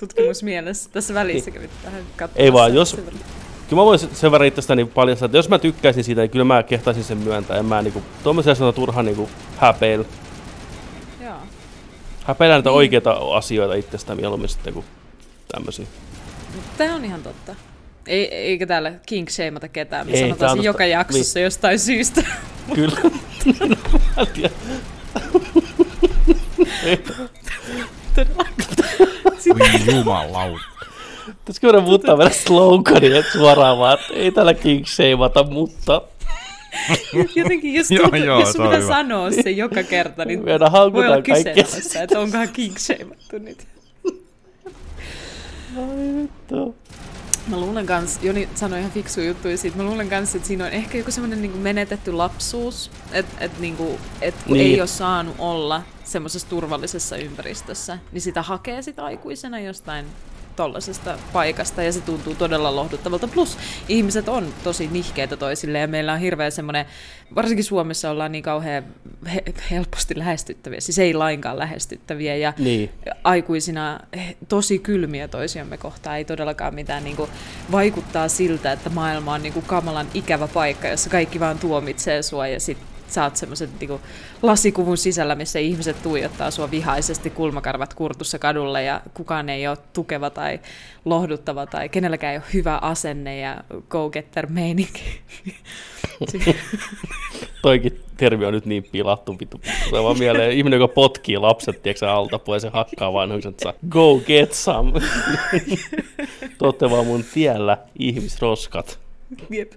Tutkimus mielessä. Tässä välissä kävit vähän katsomassa.
Ei vaan, jos-
sen verran.
Kyllä mä voin sen- sen verran itsestäni paljastaa, että jos mä tykkäisin siitä, niin kyllä mä kehtaisin sen myöntää. En mä niinku, tuommoisia asioita turha niinku häpeillä.
Joo.
Häpeillään niitä oikeita asioita itsestä mieluummin sitten kuin tämmöisiä.
Tämä on ihan totta. Ei, eikä täällä kink shameata ketään. Me
Ei, tää
ei, sanotaan
on
se joka
totta. Niin.
jaksossa jostain syystä.
Kyllä. Mä tiedän.
Voi jumalauta.
Pitäisikö voida muuttaa vielä slogania suoraan vaan, että ei täällä kinkseimata, mutta
Jotenkin, jos,
Joo,
tuntuu,
joo,
jos
se
sun
on
pitää
hyvä.
sanoa se joka kerta, niin
meidän
voi olla
haukutaan kaikkea.
kyseenalaista, että onkohan kink shameattu niitä. Mä luulen kans, Joni sanoi ihan fiksu juttuja siitä, mä luulen kans, että siinä on ehkä joku semmoinen niinku menetetty lapsuus, että et niinku, et kun
Niin.
ei ole saanut olla semmoisessa turvallisessa ympäristössä, niin sitä hakee sit aikuisena jostain tollasesta paikasta ja se tuntuu todella lohduttavalta. Plus ihmiset on tosi nihkeitä toisille ja meillä on hirveä semmoinen, varsinkin Suomessa ollaan niin kauhean he, helposti lähestyttäviä, siis ei lainkaan lähestyttäviä ja
Niin.
aikuisina eh, tosi kylmiä toisiamme kohtaan. Ei todellakaan mitään niin kuin, vaikuttaa siltä, että maailma on niin kuin, kamalan ikävä paikka, jossa kaikki vaan tuomitsee sua ja sit sä oot semmoisen niin kuin, lasikuvun sisällä, missä ihmiset tuijottaa sua vihaisesti kulmakarvat kurtussa kadulla ja kukaan ei ole tukeva tai lohduttava tai kenelläkään ei ole hyvä asenne ja go getter meininki.
Toikin termi on nyt niin pilattu, vittu. Se vaan mieleen ihminen, joka potkii lapset, tiedätkö alta pois ja se hakkaa vanhukset, saa go get some. Te ootte vaan mun tiellä, ihmisroskat.
Jep.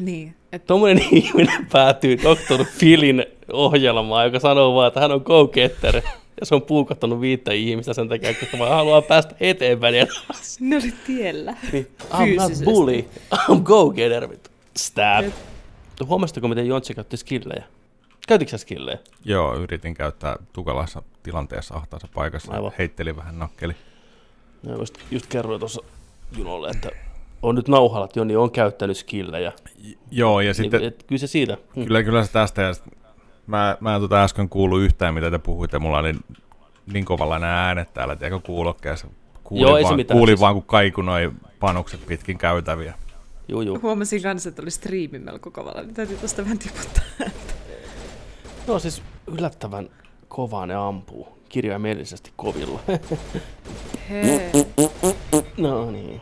niin, että
Tuommoinen ihminen päätyy Dr. Philin ohjelmaan, joka sanoo vaan, että hän on go getter. Ja se on puukottanut viittä ihmistä sen takia, kun se vaan haluaa päästä eteenpäin. Ja
ne oli tiellä.
Niin, I'm not
Fyysisesti.
bully, I'm go-getter. vittu. Stab. Huomasitko, miten Jontsi käytti skillejä? Käytitkö sä skillejä?
Joo, yritin käyttää tukalassa tilanteessa ahtaassa paikassa.
Aivan.
Heitteli vähän nakkeli.
Mä just, just kerroin tuossa Junolle, että on nyt nauhalla, että Joni on käyttänyt skillejä.
Joo, ja
Sitten,
sitten
niin, et, kyllä se siitä. Hm.
kyllä, kyllä se tästä. Ja sit, mä, mä en tuota äsken kuullut yhtään, mitä te puhuitte. Mulla oli niin kovalla nämä äänet täällä, tiedätkö, kuulokkeessa. Kuulin,
Joo, ei se
vaan,
mitään,
kuulin
siis-
vaan, kun kaiku noi panukset pitkin käytäviä.
Juu, juu.
Huomasin kanssa, että oli striimi melko kovalla, niin täytyy tosta vähän tiputtaa.
No siis yllättävän kovaa ne ampuu. Kirjaimellisesti kovilla.
Hei.
no niin.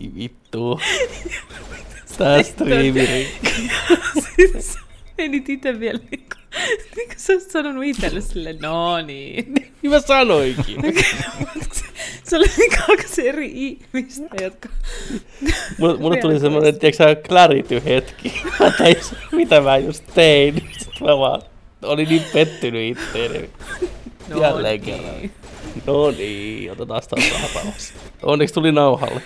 Ei Vittu. vittu? Tää striimiri.
Siis menit itse vielä niin kuin, niin kuin sä olisit sanonut itselle sille, no niin.
Niin mä sanoinkin.
Se oli niin kaksi eri ihmistä, jotka...
Mulle, mulle tuli
Vielä
semmoinen, tiedätkö sä, clarity hetki. Mä tajusin, mitä mä just tein. Sitten mä vaan olin niin pettynyt itteeni.
No
Jälleen
niin.
kerran. No niin, otetaan taas vähän takaisin. Onneksi tuli nauhalle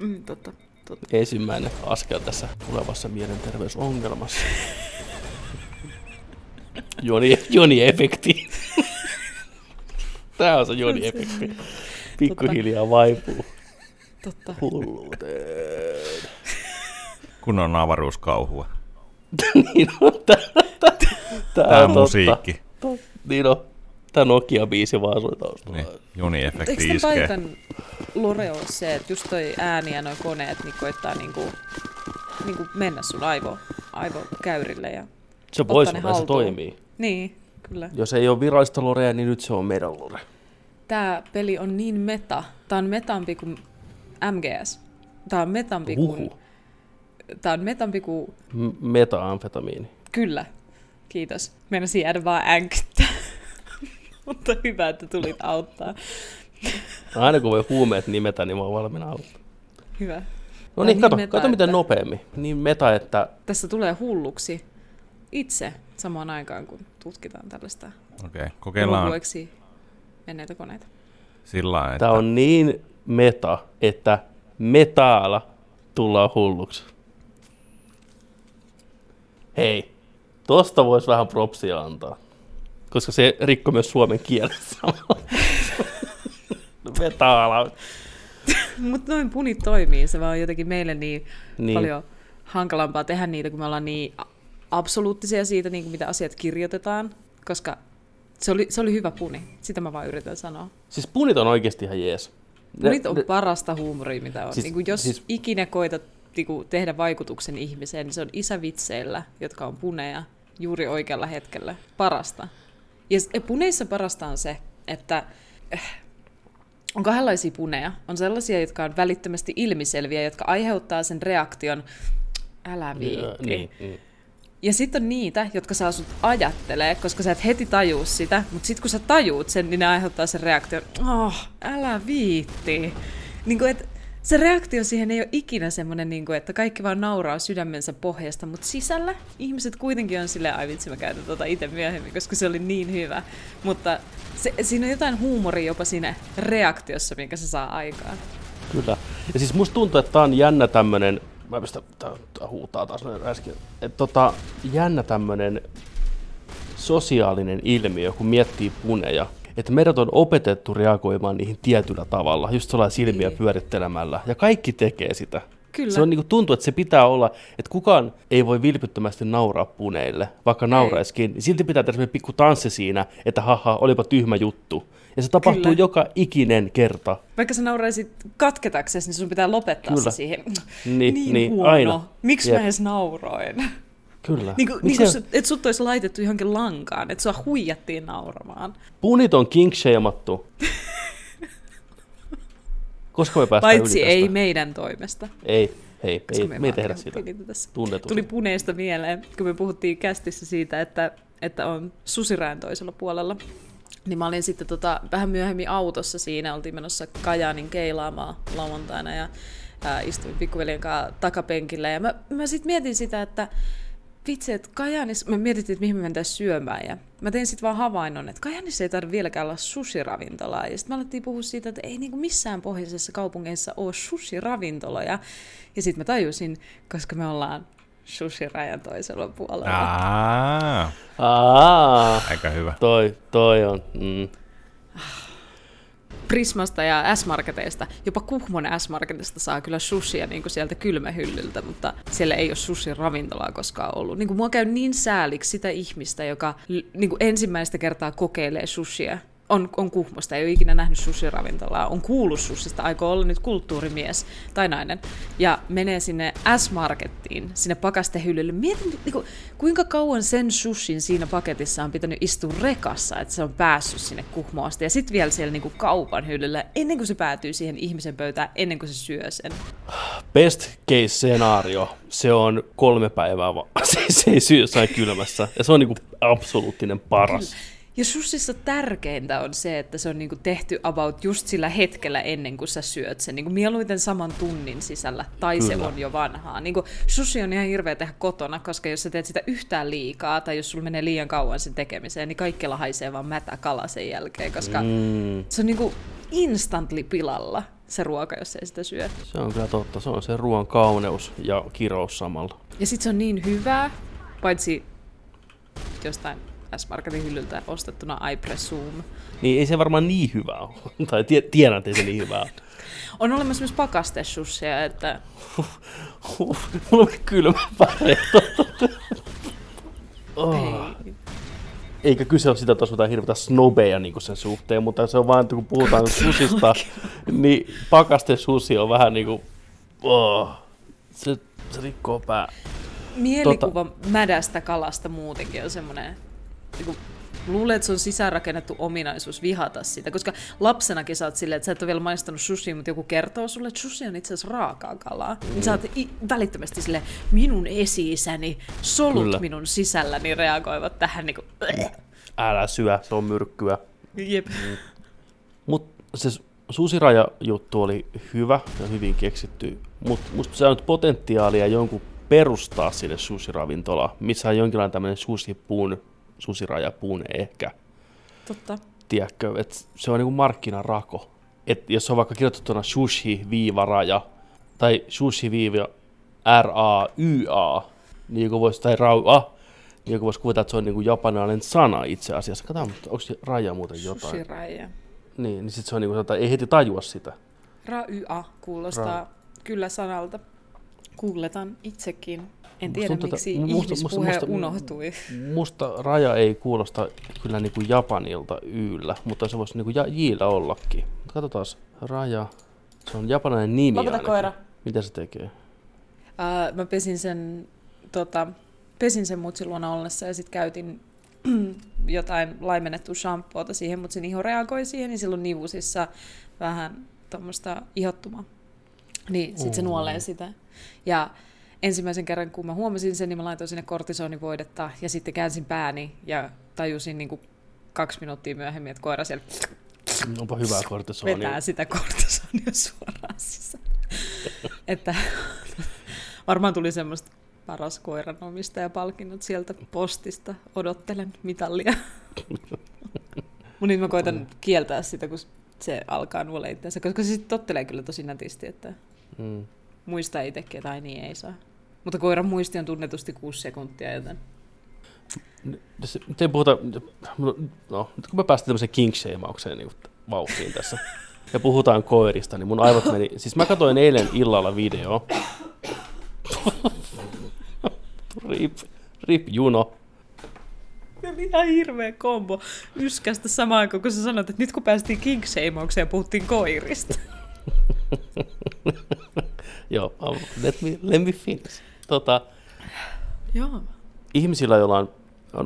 Mm, totta, totta.
ensimmäinen askel tässä tulevassa mielenterveysongelmassa. Joni, Joni-efekti. Tää on se Joni-efekti. Pikkuhiljaa vaipuu
totta.
hulluuteen.
kun on avaruuskauhua.
Niin on, tää, tää, tää,
Tämä on
on
musiikki.
Totta. Niin on. Tää Nokia-biisi vaan soi taustalla.
Niin,
Niin.
Eikö
Joni-efekti
tämän
iskee.
paikan lore ole se, että just toi ääni ja noi koneet niin koittaa niinku, niinku mennä sun aivo, aivokäyrille ja
Se
ottaa
voisi
ne
olla, se
haltuun.
toimii.
Niin, kyllä.
Jos ei ole virallista lorea, niin nyt se on meidän lore.
Tää peli on niin meta. Tää on metampi kuin MGS. Tää on metampi kuin...
Uhu.
Tää on metampi kuin...
M- Metaamfetamiini.
Kyllä. Kiitos. Meinasin jäädä vaan änkyttää. Mutta hyvä, että tulit auttaa.
Aina kun voi huumeet nimetä, niin mä oon valmiina auttamaan.
Hyvä.
No niin,
niin
kato,
meta,
kato miten
että-
nopeammin. Niin meta, että
Tässä tulee hulluksi itse samaan aikaan, kun tutkitaan tällaista
Okei, kokeillaan
hulluiksi menneitä koneita.
sillä lailla, että
tää on niin meta, että metaala tullaan hulluksi. Hei, tosta voisi vähän propsia antaa, koska se rikko myös suomen kielen samalla. metaala.
Mutta noin punit toimii, se vaan on jotenkin meille niin,
Niin.
niin. paljon hankalampaa tehdä niitä, kun me ollaan niin a- absoluuttisia siitä, niin kuin mitä asiat kirjoitetaan, koska se oli, se oli hyvä puni, sitä mä vaan yritän sanoa.
Siis punit on oikeasti ihan jees. Ne-
Punit on
ne-
parasta huumoria, mitä on.
Siis-
Siis, niin kuin jos
siis-
siis... ikinä koetat niin kuin tehdä vaikutuksen ihmiseen, niin se on isävitseillä, jotka on puneja juuri oikealla hetkellä. Parasta. Ja s- puneissa parasta on se, että eh, on kahdenlaisia puneja. On sellaisia, jotka on välittömästi ilmiselviä, jotka aiheuttaa sen reaktion, älä viitti.
Joo, niin, niin.
Ja sitten on niitä, jotka saa sut ajattelee, koska sä et heti tajuu sitä, mutta sitten kun sä tajuut sen, niin ne aiheuttaa sen reaktion, oh, älä viitti. Niin kuin, et, se reaktio siihen ei ole ikinä semmoinen, niin kuin, että kaikki vaan nauraa sydämensä pohjasta, mutta sisällä ihmiset kuitenkin on silleen, ai vitsi mä käytän tota itse myöhemmin, koska se oli niin hyvä. Mutta se, siinä on jotain huumoria jopa siinä reaktiossa, minkä se saa aikaan.
Kyllä. Ja siis musta tuntuu, että tää on jännä tämmönen, mä pistän, tää, tää huutaa taas noin äsken, että tota, jännä tämmönen sosiaalinen ilmiö, kun miettii puneja, että meidät on opetettu reagoimaan niihin tietyllä tavalla, just sellainen silmiä pyörittelemällä, ja kaikki tekee sitä.
Niin. Kyllä.
Se on niinku tuntuu, että se pitää olla, että kukaan ei voi vilpittömästi nauraa puneille, vaikka nauraiskin, niin silti pitää tehdä semmoinen pikku tanssi siinä, että haha, olipa tyhmä juttu. Ja se tapahtuu
Kyllä.
joka ikinen kerta.
Vaikka sä nauraisit katketaksesi, niin sun pitää lopettaa
Kyllä.
se siihen.
Niin,
niin,
niin,
huono.
aina.
Miksi
Jep.
mä edes nauroin?
Kyllä.
Niin kuin, niin
Miksi
kuin
niinku- se-
sut, et sut olisi laitettu johonkin lankaan, että sua huijattiin nauramaan.
Punit on kinksheemattu. Koska me päästään
Paitsi
yli
ei
tästä?
meidän toimesta.
Ei, hei,
koska
ei, me ei
vaan
tehdä
ihan
sitä.
pienitä tässä.
Tunnetusti.
Tuli puneista mieleen, kun me puhuttiin kästissä siitä, että, että on susirään toisella puolella. Niin mä olin sitten tota, vähän myöhemmin autossa siinä, oltiin menossa Kajaanin keilaamaan lauantaina ja ää, istuin pikkuveljen kanssa takapenkillä. Ja mä, mä sitten mietin sitä, että vitsi, että Kajaanissa, me mietittiin, että mihin me mentäisiin syömään. Ja mä tein sitten vaan havainnon, että Kajaanissa ei tarvitse vieläkään olla susiravintolaa. Ja sitten me alettiin puhua siitä, että ei niinku missään pohjoisessa kaupungeissa ole susiravintoloja. Ja sitten mä tajusin, koska me ollaan susirajan toisella puolella.
Aa,
Aa,
aika hyvä.
toi, toi on. Mm.
Prismasta ja S-Marketeista. Jopa Kuhmon S-Marketista saa kyllä sushia niin kuin sieltä kylmähyllyltä, mutta siellä ei ole sushin ravintolaa koskaan ollut. Niin kuin mua käy niin sääliksi sitä ihmistä, joka l- niin kuin ensimmäistä kertaa kokeilee sushia. on, on kuhmosta, ei ole ikinä nähnyt susiravintolaa, on kuullut susista, aikoo olla nyt kulttuurimies tai nainen, ja menee sinne S-Markettiin, sinne pakastehyllylle. Mietin, niinku, kuinka kauan sen sushin siinä paketissa on pitänyt istua rekassa, että se on päässyt sinne kuhmoasta, ja sitten vielä siellä niinku, kaupan hyllyllä, ennen kuin se päätyy siihen ihmisen pöytään, ennen kuin se syö sen.
Best case-scenaario, se on kolme päivää vaan. Siis se ei syö jossain kylmässä. Ja se on niinku absoluuttinen paras.
Ja sussissa tärkeintä on se, että se on niinku tehty about just sillä hetkellä ennen kuin sä syöt sen. Niinku mieluiten saman tunnin sisällä, tai Kyllä. se
Kyllä.
on jo vanhaa. Niinku, sushi on ihan hirveä tehdä kotona, koska jos sä teet sitä yhtään liikaa, tai jos sulla menee liian kauan sen tekemiseen, niin kaikkella haisee vaan mätä kala sen jälkeen, koska mm. se on niinku instantly pilalla se ruoka, jos ei sitä syö.
Se on kyllä totta. Se on se ruoan kauneus ja kirous samalla.
Ja sit se on niin hyvää, paitsi jostain S-Marketin hyllyltä ostettuna I presume.
Niin ei se varmaan niin hyvää ole. Tai tie- tiedän, että ei se niin hyvää ole.
On olemassa myös pakastesussia, että
Huh, Mulla on kylmä väreet.
ei,
Eikä kyse ole sitä, että olisi mitään hirveätä snobeja niin sen suhteen, mutta se on vaan, että kun puhutaan susista, niin pakaste susi on vähän niin kuin... Oh, se, se rikkoo pää.
mielikuva
Tota-
mädästä kalasta muutenkin on semmoinen, niinku, luulee, että se on sisäänrakennettu ominaisuus vihata sitä, koska lapsenakin sä oot silleen, että sä et ole vielä maistanut sushi, mutta joku kertoo sulle, että sushi on itse asiassa raakaa kalaa. Mm. Niin sä oot i- välittömästi silleen, minun esi-isäni, solut
Kyllä.
Kyllä. minun sisälläni reagoivat tähän niinku,
Älä syö, se on myrkkyä.
jep.
Mm. Mutta se su- susiraja-juttu oli hyvä ja hyvin keksitty, mutta musta se on nyt potentiaalia jonkun perustaa sille susiravintola, missä on jonkinlainen tämmöinen susipuun, susirajapuun ehkä.
Totta.
tiedätkö, että se on niinku markkinarako. Et jos on vaikka kirjoitettuna sushi-raja tai sushi-raa, niin joku voisi, tai raua, niin joku voisi kuvitella, että se on niinku japanilainen sana itse asiassa. Katsotaan, onko se raja muuten jotain. Sushi.
Sushi-raija.
Niin, niin sitten se on niinku, sellainen, että ei heti tajua sitä.
Ra-y-a kuulostaa kyllä sanalta. Googletan itsekin. En tiedä,
tuntuu,
musta,
että-
miksi
musta-
musta,
musta-
ihmispuhe
musta-
musta, unohtui.
Musta raja ei kuulosta kyllä niinku Japanilta yllä, mutta se voisi niinku ja- jillä ollakin. Mut Katsotaan, raja. Se on japanilainen nimi
Lopeta
ainakin.
koira.
Mitä se tekee?
Uh, mä pesin sen, tota, pesin sen mutsin luona ollessa ja sitten käytin jotain laimennettua shampoota siihen, mutta sen iho reagoi siihen, niin silloin nivusissa vähän tuommoista ihottumaa. Niin, sit se nuolee sitä. Ja ensimmäisen kerran, kun mä huomasin sen, niin mä laitoin sinne kortisonivoidetta ja sitten käänsin pääni ja tajusin niin kuin kaksi minuuttia myöhemmin, että koira siellä
Mm, Onpa hyvää kortisonia.
vetää sitä kortisonia suoraan sisään. että varmaan tuli semmoista paras koiranomistajapalkinnot sieltä postista. Odottelen mitallia. Mun nyt mä koitan kieltää sitä, kun se alkaa nuolla itseänsä, koska se sitten tottelee kyllä tosi nätisti, että
Mm.
muistaa itsekin, että ai niin ei saa. Mutta koiran muisti on tunnetusti kuusi sekuntia, joten
Se- Nyt ei puhuta, no, nyt kun me päästiin tämmöiseen kinksheimaukseen niin vauhtiin tässä, ja puhutaan koirista, niin mun aivot meni, siis mä katsoin eilen illalla video. rip, rip Juno.
Se oli ihan hirveä kombo yskästä samaan aikaan, kun sä sanoit, että nyt kun päästiin kinkseimaukseen ja puhuttiin koirista.
Joo, um, let me, let me finish. Tota,
Joo.
ihmisillä, joilla on,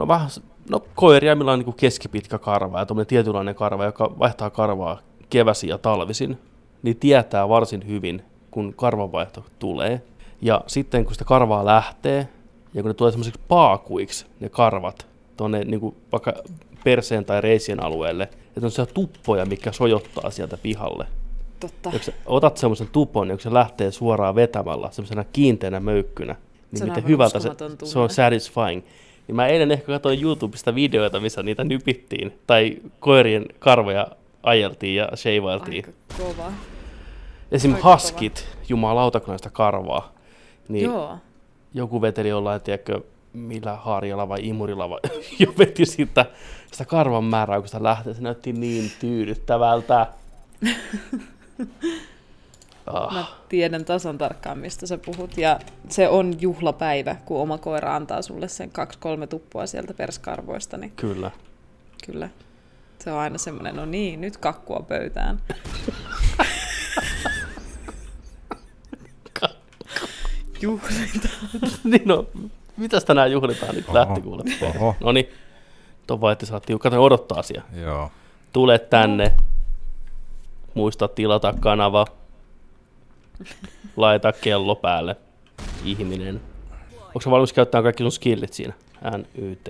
on vähän, s- no koiria, millä on niin keskipitkä karva ja tuommoinen tietynlainen karva, joka vaihtaa karvaa keväsin ja talvisin, niin tietää varsin hyvin, kun karvanvaihto tulee. Ja sitten kun sitä karvaa lähtee, ja kun ne tulee semmoisiksi paakuiksi, ne karvat, tuonne niin kuin vaikka perseen tai reisien alueelle, että on sellaisia tuppoja, mikä sojottaa sieltä pihalle.
Totta.
Ja kun sä otat semmoisen tupon, niin kun se lähtee suoraan vetämällä, semmoisena kiinteänä möykkynä, niin
Se on
miten
aivan
hyvältä se,
uskomaton
se on
tunne.
satisfying. Niin mä eilen ehkä katsoin YouTubesta videoita, missä niitä nypittiin, tai koirien karvoja ajeltiin ja sheivailtiin.
Aika kova.
Esim.
aika kova.
haskit, jumalauta kun näistä karvaa, niin
Joo.
joku veteli jollain, tiedätkö, millä harjalla vai imurilla vai, ja veti sitä, sitä karvan määrää, kun sitä lähtee. Se näytti niin tyydyttävältä. Ah.
Mä tiedän tasan tarkkaan, mistä sä puhut. Ja se on juhlapäivä, kun oma koira antaa sulle sen kaksi-kolme tuppoa sieltä perskarvoista, niin
Kyllä.
kyllä. Se on aina semmoinen, no niin, nyt kakkua pöytään.
Juhlitaan. niin no, mitäs tänään juhlitaan nyt lähti kuule.
Oho.
No niin, tuon vaan, että saa tiukka toi odottaa asia.
Joo.
Tule tänne. Muista tilata kanava. Laita kello päälle. Ihminen. Onko se valmis käyttämään kaikki sun skillit siinä? NYT.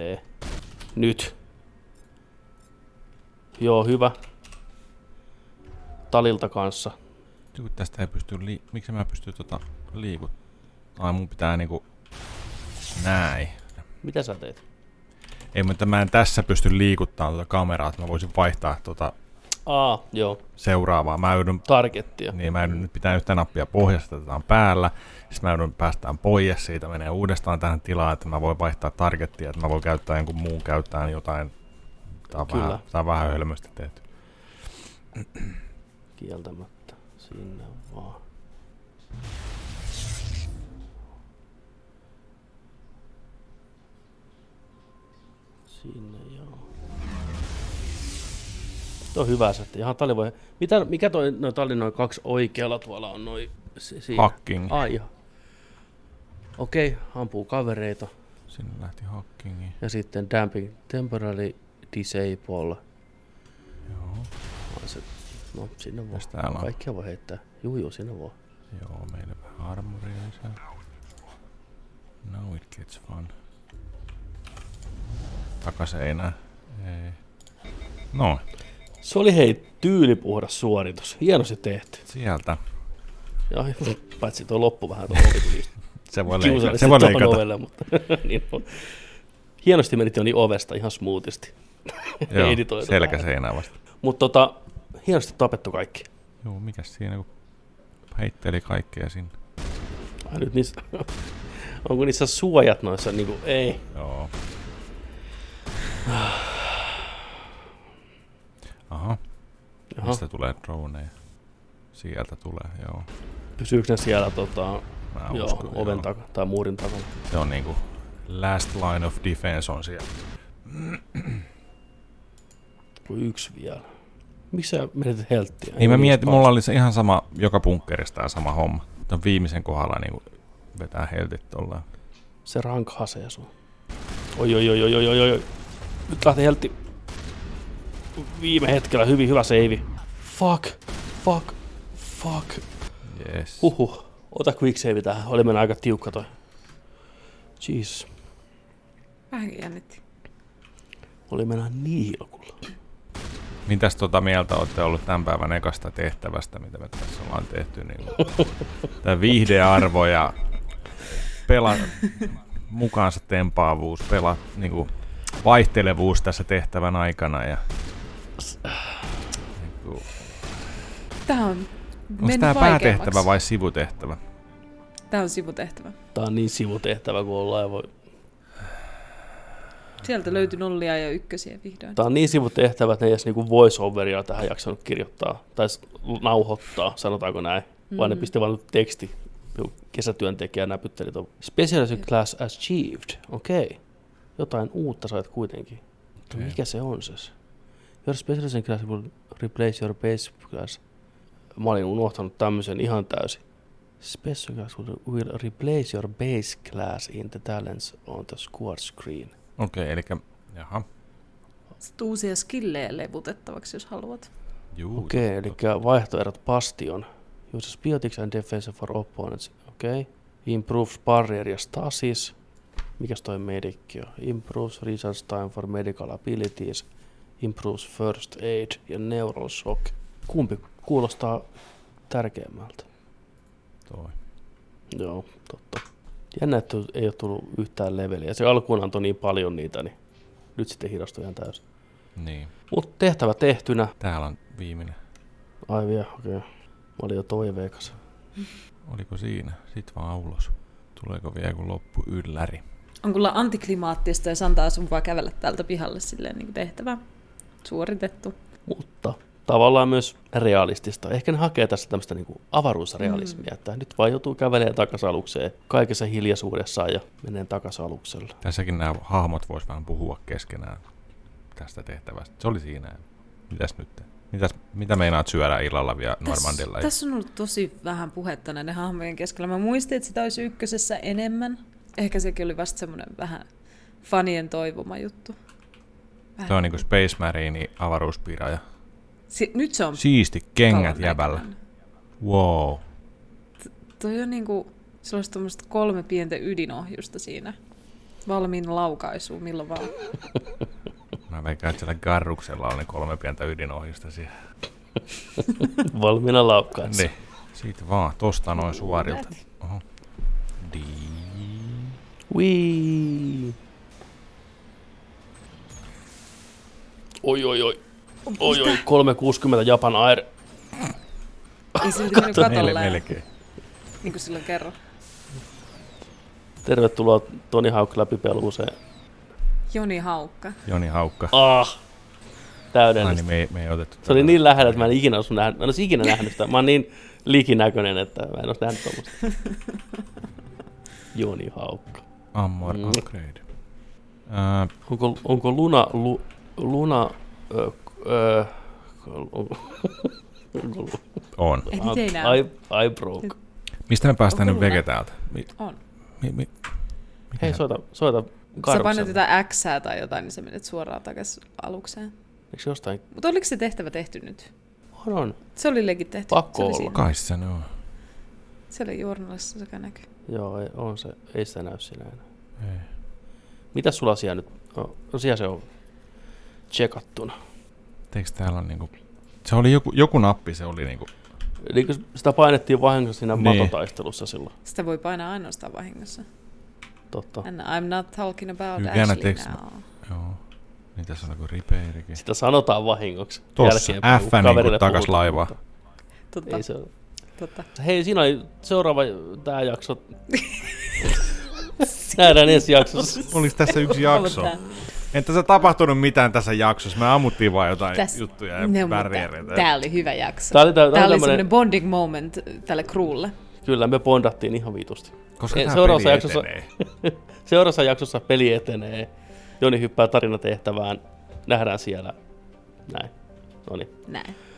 Nyt. Joo, hyvä. Talilta kanssa.
Kun tästä ei pysty lii... Miksi mä pysty tota liikut... Ai mun pitää niinku... Näin.
Mitä sä teet?
Ei, mutta mä en tässä pysty liikuttaa tuota kameraa, että mä voisin vaihtaa tuota
Aa, joo.
seuraavaa. Mä joudun
Targettia.
Niin mä joudun nyt pitää yhtä nappia pohjasta, tätä on päällä. Sitten mä joudun päästään pois siitä, menee uudestaan tähän tilaan, että mä voin vaihtaa targettia, että mä voin käyttää jonkun muun käyttäen jotain. Tää on,
Kyllä.
vähän, tää on vähän hölmösti tehty.
Kieltämättä. Sinne vaan. Sinne joo. Tuo on hyvä setti. Ihan tali voi... Mitä, mikä toi, no tää oli noin kaksi oikealla tuolla on noin... Si, siinä.
Hacking.
Ai joo. Okei, ampuu kavereita.
Sinne lähti hackingi.
Ja sitten damping temporarily disable.
Joo,
Ai se- No sinne vaan.
Mitäs täällä on?
Kaikkia voi heittää. Juu, juu, sinne vaan.
Joo, meillä vähän armoria lisää. Now it gets fun. Takaseinää. Ei. Noin,
Se oli hei tyylipuhdas suoritus. Hienosti tehty.
sieltä.
Ja, paitsi tuo loppu vähän tuo ovi tuli just
Se voi leikata. No niin, Se
kiusallisesti
voi
tuohon
leikata.
ovelle, mutta niin on. Hienosti menit Joni ovesta ihan smoothisti.
Joo,
editoitu.
selkäseinää vasta.
Mutta tota, hienosti tapettu kaikki.
Joo, mikäs siinä kun heitteli kaikkea sinne.
Ai nyt niissä, onko niissä suojat noissa? Niin kuin, ei.
Joo. Aha, Aha.
Jaha,
mistä tulee droneja? Sieltä tulee, joo.
pysyykö ne siellä tota,
Mä
joo,
uskon,
oven takana tai muurin takana?
Se on niinku last line of defense on siellä.
Kuin yksi vielä. Miksi sä menetit helttiä?
Niin mä mietin, mulla oli se ihan sama, joka punkkerista tää sama homma. Tämän viimeisen kohdalla niinku vetää heltit tollaan.
Se rank hasee sun. Oi, oi, oi, oi, oi, oi, oi. Nyt lähti heltti. Viime hetkellä hyvin hyvä seivi. Fuck, fuck, fuck.
Yes.
Huhhuh. Ota quick save tähän. Oli mennä aika tiukka toi. Jeez.
Vähän jännitti.
Oli mennä niin hilkulla.
Mitäs tota mieltä olette ollut tämän päivän ekasta tehtävästä, mitä me tässä ollaan tehty? Niin tämä viihdearvo ja pela, mukaansa tempaavuus, pela, niin kuin vaihtelevuus tässä tehtävän aikana. Ja, niin kuin,
Tää on
onko
mennyt
tämä päätehtävä
vaikeammaksi.
vai sivutehtävä?
Tää on sivutehtävä.
Tää on niin sivutehtävä kuin ollaan ja voi.
Sieltä löytyi nollia ja ykkösiä vihdoin.
Tää on niin sivutehtävä, että ne ei edes niinku voiceoveria tähän jaksanut kirjoittaa. Tai s- nauhoittaa, sanotaanko näin. Vaan ne pisti vaan niinku teksti. Joku Kesätyöntekijä näpytteli tuon. Specialization class achieved. Okei. Okay. Jotain uutta sait kuitenkin. Mutta
Okei.
mikä se on se? Your specialization class will replace your base class. Mä olin unohtanut tämmöisen ihan täysin. Special class will- will replace your base class in the talents on the squad screen.
Okei, okay, eli jaha.
Sitten uusia skillejä levutettavaksi, jos haluat.
Juu,
Okei, okay, eli vaihtoehdot Pastion. Uses biotics and defense for opponents. Okei. Okay. Improves barrier ja stasis. Mikäs toi medikki on? Improves research time for medical abilities. Improves first aid ja neural shock. Kumpi kuulostaa tärkeimmältä?
Toi.
Joo, totta. Jännä, että ei ole tullut yhtään leveliä. Se alkuun antoi niin paljon niitä, niin nyt sitten hidastui ihan täysin.
Niin,
Mutta tehtävä tehtynä.
täällä on viimeinen.
Ai vielä, okei. Okay. Mä olin jo toiveikas.
Oliko siinä? Sitten vaan ulos. Tuleeko vielä joku loppu ylläri?
On kyllä antiklimaattista, jos antaa sun vaan kävellä täältä pihalle silleen niin tehtävä suoritettu.
mutta tavallaan myös realistista. Ehkä ne hakee tässä tämmöistä niin avaruusrealismia, mm. että nyt vaan joutuu kävelemään takasalukseen kaikessa hiljaisuudessaan ja menee takasalukselle.
Tässäkin nämä hahmot vois vähän puhua keskenään tästä tehtävästä. Se oli siinä. Mitäs nyt? Mitäs, mitä meinaat syödä illalla vielä
Tässä,
Normandilla?
tässä on ollut tosi vähän puhetta näiden hahmojen keskellä. Mä muistin, että sitä olisi ykkösessä enemmän. Ehkä sekin oli vasta semmoinen vähän fanien toivoma juttu. Vähän.
Se on niinku Space Marine avaruuspiraja.
Si- nyt se on
Siisti kengät
kauan
jäbällä.
näköinen.
Wow.
Toi on niinku, sillä olisi tuommoista kolme pientä ydinohjusta siinä. Valmiin laukaisuun milloin vaan.
Mä veikkaan, että siellä garruksella on ne kolme pientä ydinohjusta siellä.
Valmiina laukkaansa.
Niin. Siitä vaan, tosta noin suorilta. Oho. Di-
Wii. Oi, oi, oi. Oi, oi, 360 Japan Air.
Ei silti mennyt
Mel-
katolla
melkein.
niin kuin silloin kerran.
Tervetuloa Toni Hauk läpi pelkuseen.
Joni Haukka.
Joni Haukka.
Ah,
Ai
täydellistä.
niin, me ei, me ei otettu
Se oli
tätä.
niin lähellä, että mä en ikinä olisi nähnyt, mä en olisi ikinä nähnyt sitä. Mä oon niin likinäköinen, että mä en olisi nähnyt tuommoista. Joni Haukka.
Armor
Mm.
upgrade. Ää,
Onko, onko Luna, lu, Luna, ö, ö, onko, onko,
on.
Ei, nyt ei näy.
I, I broke.
Mistä me päästään nyt
Onko
vege täältä? Mi-
On.
mi- mi-
Hei,
mikä-
soita, soita
Sä painat
Karpselle.
jotain X tai jotain, niin sä menet suoraan takaisin alukseen.
Eikö jostain?
Mutta oliko se tehtävä tehty nyt?
On, on.
Se oli legit tehty.
Pakko
se oli
olla.
siinä.
Kai se ne on.
Se oli journalistissa, joka näkyy.
Joo, ei, on se. Ei sitä näy siinä enää.
Ei.
Mitä sulla asia nyt? No, no siellä se on tsekattuna.
Eikö täällä on niinku... Se oli joku, joku nappi, se oli niinku...
Eli kun sitä painettiin vahingossa siinä
Niin.
niin. matotaistelussa silloin.
Sitä voi painaa ainoastaan vahingossa.
Totta.
And I'm not talking about
You
Ashley
cannot text-
now.
Joo. Niin tässä on joku ripeirikin.
Sitä sanotaan vahingoksi.
Tossa,
Jälkeen puhuu,
F niinku
kaverille
takas
puhutaan,
laivaa.
mutta
Totta,
Ei se ole.
totta.
Hei, siinä oli seuraava tämä jakso. Nähdään ensi jaksossa.
Oliko tässä yksi jakso?
Mutta-
Ei tässä tapahtunut mitään tässä jaksossa. Me ammuttiin vaan jotain
Tässä-
juttuja
No,
ja
mutta
väriereitä.
Tää oli hyvä jakso.
Tää oli tää- tää oli
tää oli
tämmönen-
semmonen bonding moment tälle kruulle.
Kyllä, me bondattiin ihan viitusti.
Koska
Ei,
tää
seuraavassa
peli
jaksossa-
etenee.
Seuraavassa jaksossa peli etenee. Joni hyppää tarinatehtävään. Nähdään siellä. Näin. No niin.
Näin.